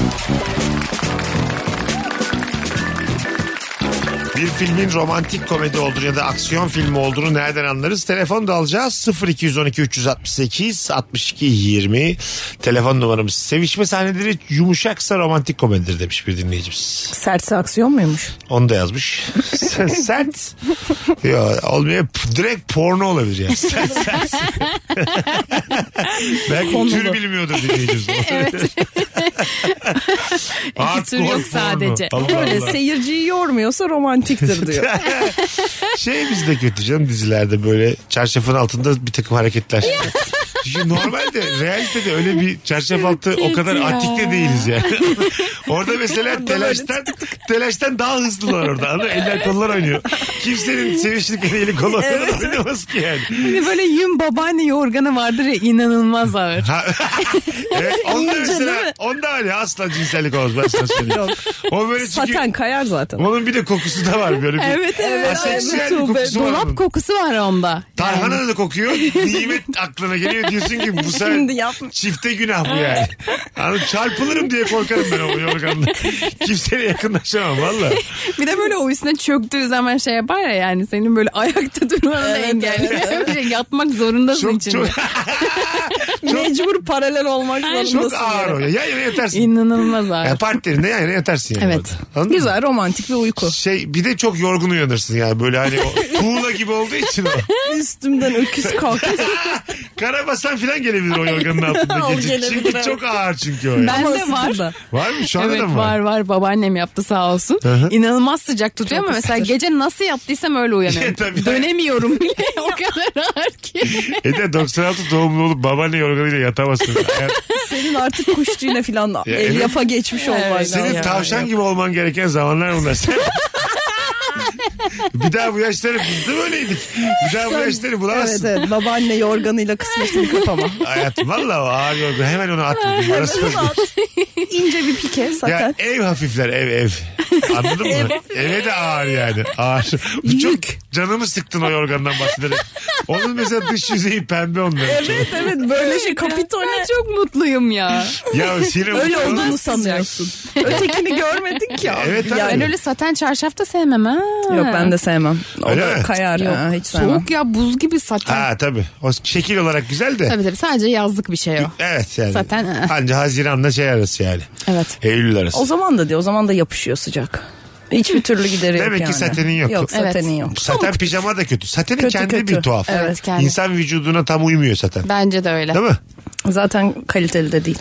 S3: Bir filmin romantik komedi olduğunu ya da aksiyon filmi olduğunu nereden anlarız? Telefon da alacağız. 0212 368 62 20. Telefon numaramız. Sevişme sahneleri yumuşaksa romantik komedidir demiş bir dinleyicimiz.
S4: Sertse aksiyon muymuş?
S3: Onu da yazmış. Sen- Sert. Ya olmuyor. P- Direkt porno olabilir yani. Sert, sert. Belki tür bilmiyordur dinleyicimiz. evet.
S5: tür yok sadece.
S3: Allah
S4: Böyle
S3: Allah.
S4: seyirciyi yormuyorsa romantiktir diyor.
S3: Şey bizde kötü canım dizilerde böyle çarşafın altında bir takım hareketler. Çünkü normalde realitede öyle bir çarşaf altı o kadar
S5: ya.
S3: atik de değiliz yani. orada mesela telaştan, telaştan daha hızlılar orada. Anladın? mı? Eller kollar oynuyor. Kimsenin sevişirken eli kolu oynamaz ki yani.
S5: Hani böyle yün babaanne yorganı vardır ya inanılmaz ağır.
S3: Ha, evet, onda mesela onda öyle asla cinsellik olmaz ben sana söyleyeyim. O böyle çünkü
S4: Zaten kayar zaten.
S3: onun bir de kokusu da var böyle bir.
S5: Evet evet.
S3: Aseksüel bir
S4: Ay,
S3: kokusu var. onun.
S5: Dolap kokusu var onda.
S3: Tarhana da kokuyor. Nimet aklına geliyor. Diyorsun ki bu sefer
S4: Şimdi yapma.
S3: çifte günah bu yani. Anladın, çarpılırım diye korkarım ben o yorganla. Kimseye yakınlaşamam valla.
S5: Bir de böyle o üstüne çöktüğü zaman şey yapar ya yani senin böyle ayakta durmanı da
S4: Evet,
S5: engelliyor. Böyle yatmak zorundasın
S3: Çok
S5: içinde.
S3: çok,
S4: Mecbur paralel olmak zorundasın.
S3: çok ağır o.
S4: yani.
S3: ya. Yan yana yatarsın.
S5: İnanılmaz ağır.
S3: Yani partnerinde yan yana yatarsın yani.
S5: Evet.
S3: orada. Anladın mı?
S4: Güzel romantik bir uyku.
S3: Şey bir de çok yorgun uyanırsın yani böyle hani o tuğla gibi olduğu için o.
S4: Üstümden öküz kalktı.
S3: Karabasan falan gelebilir o yorganın altında
S4: O
S3: gece.
S4: gelebilir,
S3: Çünkü
S4: evet.
S3: çok ağır çünkü o. Yani.
S5: Ben de
S4: Ama
S5: var.
S4: ısıtır da.
S3: Var mı? Şu anda
S5: Evet
S3: da mı
S5: var var babaannem yaptı sağ olsun.
S3: hı.
S5: İnanılmaz sıcak tutuyor ama mesela gece nasıl yaptıysam öyle
S3: E, tabii.
S5: uyanıyorum. Dönemiyorum bile o kadar ağır ki.
S3: E de 96 doğumlu olup babaanne yorganıyla yatamazsın. Hayat-
S4: Senin artık kuş tüyüne falan el
S3: evet.
S4: yapa geçmiş olman lazım.
S3: Senin tavşan gibi olman gereken zamanlar bunlar. Sen... bir daha bu yaşları biz de böyleydik. Bir daha bu yaşları
S4: Evet
S3: bulamazsın.
S4: evet babaanne yorganıyla kısmetini kapama.
S3: Hayatım valla o ağır yorgun. Hemen onu at. Orası öyle.
S4: İnce bir pike
S3: ya
S4: zaten.
S3: ev hafifler ev ev. Anladın mı? Eve de ağır yani. Ağır. Bu çok canımı sıktın o yorgandan bahsederek. Onun mesela dış yüzeyi pembe onların.
S4: Evet evet böyle şey kapitone
S5: Ben çok mutluyum ya.
S3: Ya sinir
S4: öyle
S3: bozucu.
S4: olduğunu sanıyorsun. Ötekini görmedik ya.
S3: Evet, tabii.
S5: Ben öyle saten çarşaf da sevmem ha.
S4: Yok ben de sevmem. O
S3: Öyle
S4: da
S3: mi?
S4: kayar.
S5: Yok.
S4: Ha, hiç sevmem.
S5: Soğuk ya buz gibi saten.
S3: Ha tabii. O şekil olarak güzel de.
S5: Tabii tabii sadece yazlık bir şey o.
S3: Evet yani.
S5: Zaten, ı.
S3: Anca Haziran'la şey arası yani.
S5: Evet.
S3: Eylül arası.
S4: O zaman da diyor. O zaman da yapışıyor sıcak. Hiçbir türlü gideri yok
S3: Demek ki
S4: yani.
S3: satenin yok.
S4: Yok
S5: Evet.
S4: satenin yok.
S3: Saten pijama da kötü. Satenin
S4: Kötü,
S3: kendi
S4: kötü.
S3: bir tuhaf.
S5: Evet, kendi.
S3: İnsan vücuduna tam uymuyor saten.
S5: Bence de öyle.
S3: Değil mi?
S4: Zaten kaliteli de değil.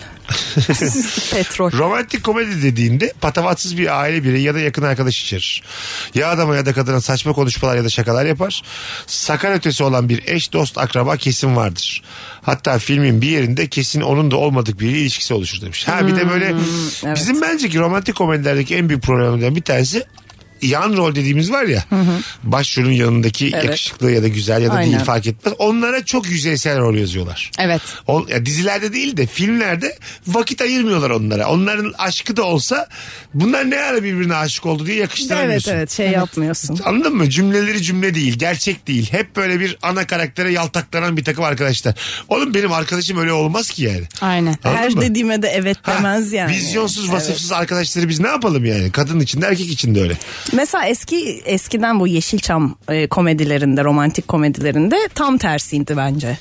S4: Petrol.
S3: Romantik komedi dediğinde patavatsız bir aile bireyi ya da yakın arkadaş içerir. Ya adama ya da kadına saçma konuşmalar ya da şakalar yapar. Sakar ötesi olan bir eş, dost, akraba kesin vardır. Hatta filmin bir yerinde kesin onun da olmadık biriyle ilişkisi oluşur demiş. Ha bir de böyle bizim bence ki romantik komedilerdeki en büyük problemlerden bir tanesi yan rol dediğimiz var ya. Başrolün yanındaki yakışıklı ya da güzel ya da
S4: Aynen.
S3: değil fark etmez. Onlara çok yüzeysel rol yazıyorlar.
S5: Evet.
S3: O, ya dizilerde değil de filmlerde vakit ayırmıyorlar onlara. Onların aşkı da olsa bunlar ne ara birbirine aşık oldu diye
S4: Evet
S3: yakıştıramıyorsun.
S4: evet şey yapmıyorsun.
S3: Anladın mı? Cümleleri cümle değil, gerçek değil. Hep böyle bir ana karaktere yaltaklanan bir takım arkadaşlar. Oğlum benim arkadaşım öyle olmaz ki yani.
S5: Aynen.
S3: Anladın
S4: Her
S3: mı?
S4: dediğime de evet
S3: Ha,
S4: demez yani.
S3: Vizyonsuz, vasıfsız arkadaşları biz ne yapalım yani? Kadın için de erkek için de öyle.
S4: Mesela eski eskiden bu Yeşilçam e, komedilerinde, romantik komedilerinde tam tersiydi bence.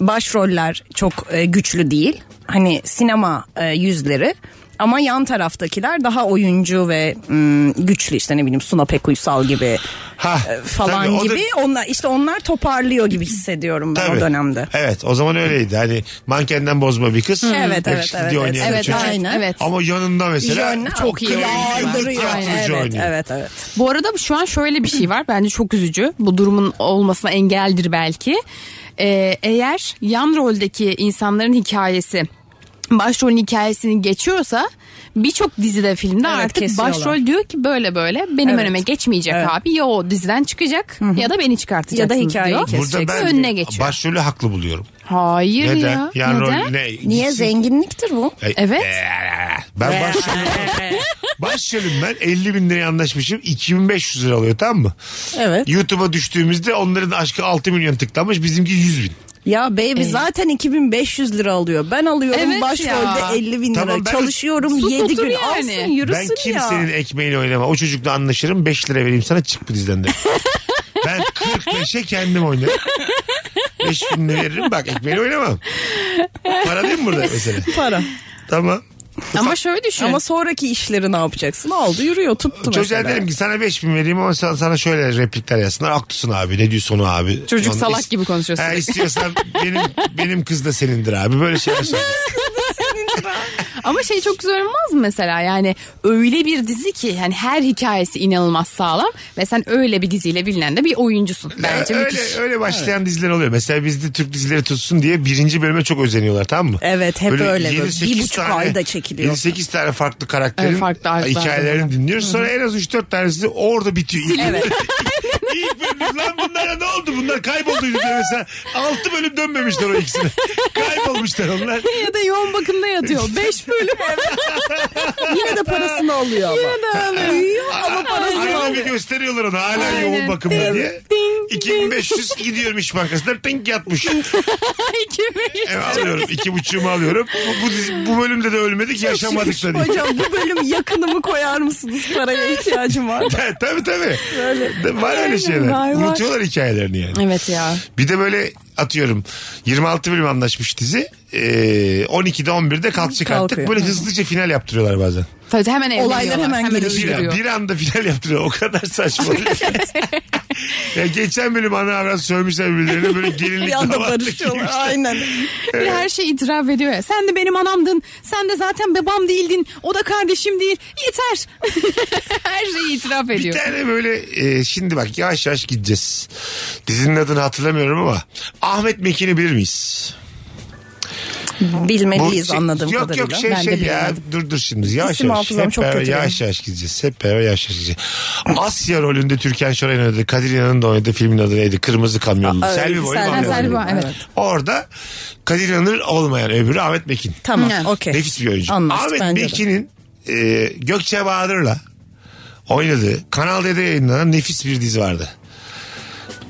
S4: Başroller çok e, güçlü değil. Hani sinema e, yüzleri Ama yan taraftakiler daha oyuncu ve hmm, güçlü işte ne bileyim Suna Pek Uysal gibi
S3: Ha,
S4: e, falan
S3: tabii o da-
S4: gibi. Onlar işte onlar toparlıyor gibi hissediyorum ben
S3: Tabii.
S4: o dönemde.
S3: Evet o zaman öyleydi. Hani mankenden bozma bir kız.
S4: Evet, evet,
S3: yakışıklı
S4: evet,
S3: diye
S4: evet.
S3: oynayan bir
S5: Evet,
S3: çocuk.
S5: aynen. Evet.
S3: Ama yanında mesela
S4: Yön-
S3: çok iyi
S4: Yardırıyor.
S3: tiyatrocu
S4: Evet,
S3: oynuyor.
S4: evet, evet.
S5: Bu arada şu an şöyle bir şey var. Bence çok üzücü. Bu durumun olmasına engeldir belki. Ee, eğer yan roldeki insanların hikayesi başrolün hikayesini geçiyorsa birçok dizide filmde
S4: Evet,
S5: artık
S4: kesiyorlar.
S5: başrol diyor ki böyle böyle benim
S4: Evet.
S5: önüme geçmeyecek
S4: Evet.
S5: abi ya o diziden çıkacak ya da beni çıkartacaksınız
S4: Ya da hikayeyi
S5: diyor.
S4: kes-
S3: Burada ben
S5: Önüne geçiyor.
S3: başrolü haklı buluyorum.
S5: Hayır
S3: Neden?
S5: ya.
S3: Yani
S5: Neden?
S3: rol ne?
S4: Niye
S3: Gitsin-
S4: zenginliktir bu?
S3: Ay,
S5: Evet.
S3: eee, Ben başrolüm. başrolüm ben 50 bin liraya anlaşmışım 2500 lira alıyor tamam mı?
S4: Evet.
S3: YouTube'a düştüğümüzde onların aşkı 6 milyon tıklanmış bizimki 100 bin.
S4: Ya baby zaten 2500 lira alıyor. Ben alıyorum
S5: Ee, Evet
S4: başrolde
S5: ya.
S4: 50 bin lira.
S3: Tamam ben-
S4: Çalışıyorum
S5: Sus
S4: 7
S5: otur
S4: gün.
S5: yani.
S4: Alsın yürüsün
S3: ben kimsenin
S4: ya.
S3: ekmeğiyle oynamam. O çocukla anlaşırım 5 lira vereyim sana çık bu dizden de. ben 45'e kendim oynarım. 5 bin lira veririm bak ekmeğiyle oynamam. Para değil mi burada mesela?
S4: Para.
S3: Tamam.
S5: Ama şöyle düşün.
S4: Ama sonraki işleri ne yapacaksın? Aldı yürüyor tuttu
S3: Çocuğa
S4: mesela.
S3: derim ki sana 5 bin vereyim ama sana, sana şöyle replikler yazsınlar. Haklısın abi ne diyorsun o abi.
S5: Çocuk
S3: Onu
S5: salak
S3: is-
S5: gibi konuşuyor
S3: Ha,
S5: sürekli.
S3: istiyorsan benim, benim kız da senindir abi. Böyle şeyler söyle.
S5: Ama şey çok güzel olmaz mı mesela yani öyle bir dizi ki yani her hikayesi inanılmaz sağlam ve sen öyle bir diziyle bilinen de bir oyuncusun. Bence
S3: öyle,
S5: müthiş.
S3: öyle başlayan diziler oluyor. Mesela bizde Türk dizileri tutsun diye birinci bölüme çok özeniyorlar tamam mı?
S4: Evet, hep öyle böyle. Bir
S3: 7-8
S4: buçuk ayda çekiliyor.
S3: 7-8 tane farklı karakterin
S5: Evet, farklı harfler.
S3: hikayelerini dinliyoruz. Sonra en az 3-4 tanesi orada bitiyor. İlk
S4: Evet.
S3: İlk bölümümüz lan bunlara ne oldu? Bunlar kaybolduydu diye mesela. 6 bölüm dönmemişler o ikisine. Kaybolmuşlar onlar.
S5: Ya da yoğun bakımda yatıyor. Beş bölüm.
S4: Yine de parasını alıyor ama.
S3: Ama parası bir gösteriyorlar onu hala yoğun bakımda diye. 2500 gidiyorum iş bankasına tink yatmış. E, alıyorum. iki buçuğumu alıyorum. Bu, bu, dizi- bu bölümde de ölmedik yaşamadık da diye.
S4: Hocam bu bölüm yakınımı koyar mısınız? Paraya ihtiyacım var.
S3: Ta- tabii tabii. De- Var öyle şeyler.
S4: var, var.
S3: Unutuyorlar hikayelerini yani.
S5: evet ya.
S3: Bir de böyle atıyorum 26 bölüm anlaşmış dizi. E, 12'de 11'de kalkacak
S4: Kalkıyor.
S3: artık. Böyle hızlıca final yaptırıyorlar bazen.
S5: Tabii hemen evleniyorlar.
S4: Olaylar hemen gelişiyor.
S3: Bir,
S5: öldürüyor.
S3: bir anda final yaptırıyor. O kadar saçma. ya geçen bölüm ana avrat sövmüşler birbirlerine böyle gelinlik
S4: Bir anda
S3: damatlık
S4: barışıyorlar.
S3: giymişler.
S4: Aynen.
S5: Bir her şeyi itiraf ediyor ya. Sen de benim anamdın. Sen de zaten babam değildin. O da kardeşim değil. Yeter. her şeyi itiraf
S3: Bir
S5: ediyor.
S3: tane böyle e, şimdi bak yavaş yavaş gideceğiz. Dizinin adını hatırlamıyorum ama Ahmet Mekin'i bilir miyiz? Bu
S4: Bilmeliyiz
S3: şey-
S4: E, anladığım
S3: yok,
S4: kadarıyla.
S3: Yok şey
S5: Ben de
S3: şey ya
S5: bilemedim.
S3: dur dur şimdi yavaş
S4: İsim
S3: yavaş.
S4: hafızam
S3: Hep
S4: çok
S3: beraber
S4: kötü
S3: yavaş yavaş gideceğiz. Hep beraber yavaş yavaş gideceğiz. Asya rolünde Türkan Şoray'ın oynadığı Kadir İnan'ın da oynadığı filmin adı neydi? Kırmızı Kamyonlu.
S4: Evet,
S3: Selvi Boy'un
S4: Selvi
S3: Kamyonlu.
S5: Selvi Boy, evet.
S3: Orada Kadir İnanır olmayan öbürü Ahmet Mekin.
S4: Tamam
S5: Hı.
S4: okey.
S3: Nefis bir oyuncu.
S4: Anlaştık
S3: Ahmet
S4: bence de.
S3: Mekin'in e, Gökçe Bahadır'la oynadığı Kanal D'de yayınlanan nefis bir dizi vardı.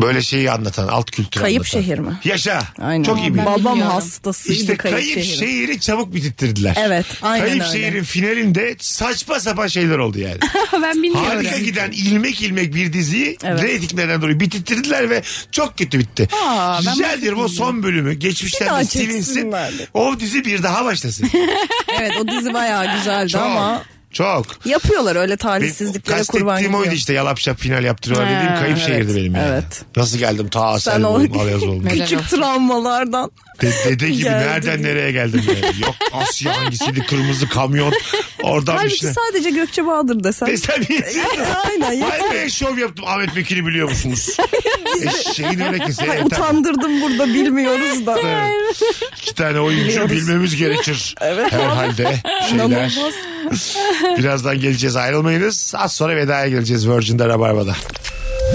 S3: Böyle şeyi anlatan, alt kültürü
S4: Kayıp
S3: anlatan.
S4: Şehir mi?
S3: Yaşa.
S4: Aynen.
S3: Çok iyi bir.
S4: Babam
S5: bilmiyorum.
S4: hastasıydı
S3: İşte
S4: kayıp,
S3: kayıp, şey-
S4: şehri.
S3: şehri. çabuk bitirttiler.
S4: Evet, aynen
S3: Kayıp
S4: öyle.
S3: şehrin finalinde saçma sapan şeyler oldu yani.
S5: ben bilmiyorum.
S3: Harika giden ilmek ilmek bir diziyi
S4: Evet.
S3: reytinglerinden dolayı bitirttiler ve çok kötü bitti.
S5: Aa, ben
S3: Rica ediyorum o son bölümü
S4: Bir
S3: geçmişten
S4: daha
S3: de silinsin.
S4: çeksinler de.
S3: O dizi bir daha başlasın.
S4: Evet o dizi bayağı güzeldi
S3: çok.
S4: ama
S3: Çok.
S4: yapıyorlar öyle
S3: Benim
S4: talihsizliklere kurban
S3: kastettiğim oydu
S4: gidiyor.
S3: işte yalap şap final yaptırıyorlar dediğim kayıp şehirdi benim yani.
S4: evet.
S3: Nasıl geldim ta
S4: Sen
S3: Selvi
S4: o
S3: Boyum, Alyaz oldum.
S5: Helal
S4: küçük
S5: olsun.
S4: travmalardan.
S3: De- dede gibi
S4: Geldi
S3: nereden
S4: diye.
S3: nereye geldim yani. Yok Asya hangisiydi kırmızı kamyon oradan bir
S4: Halbuki
S3: şeyler.
S4: sadece Gökçe Bahadır desen.
S3: Teselviyetsiz.
S4: Aynen. yeter.
S3: Vay be şov yaptım Ahmet Bekir'i biliyor musunuz? E, Eşeğin örekesi.
S4: Ay,
S3: Evet, tamam.
S4: utandırdım burada bilmiyoruz da.
S3: Evet. İki tane oyuncu
S4: Biliyoruz.
S3: bilmemiz gerekir. Herhalde şeyler. Birazdan geleceğiz ayrılmayınız. Az sonra vedaya geleceğiz Virgin'de Rabarba'da.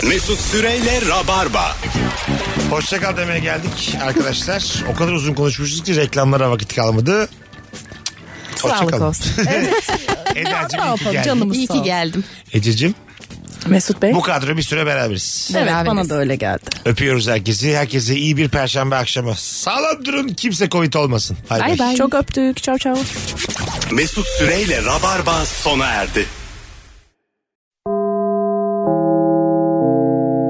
S2: Mesut Süreyle Rabarba.
S3: Hoşça kal demeye geldik arkadaşlar. O kadar uzun konuşmuşuz ki reklamlara vakit kalmadı. Hoşça
S5: Sağlık
S3: kalın.
S5: olsun.
S3: Eda'cığım
S4: Ne
S3: iyi ki
S4: yapalım
S3: geldin.
S4: canımız
S5: İyi
S4: sağ
S5: ki
S4: olsun.
S5: geldim.
S3: Ececiğim
S4: Mesut Bey.
S3: bu kadro bir süre beraberiz.
S4: Evet bana
S5: Beraberiz.
S4: da öyle geldi.
S3: Öpüyoruz herkesi. Herkese iyi bir perşembe akşamı. Sağlam durun kimse covid olmasın. Bay bay.
S5: Bay bay.
S4: Çok öptük. Çav çav.
S2: Mesut Süreyle Rabarba sona erdi.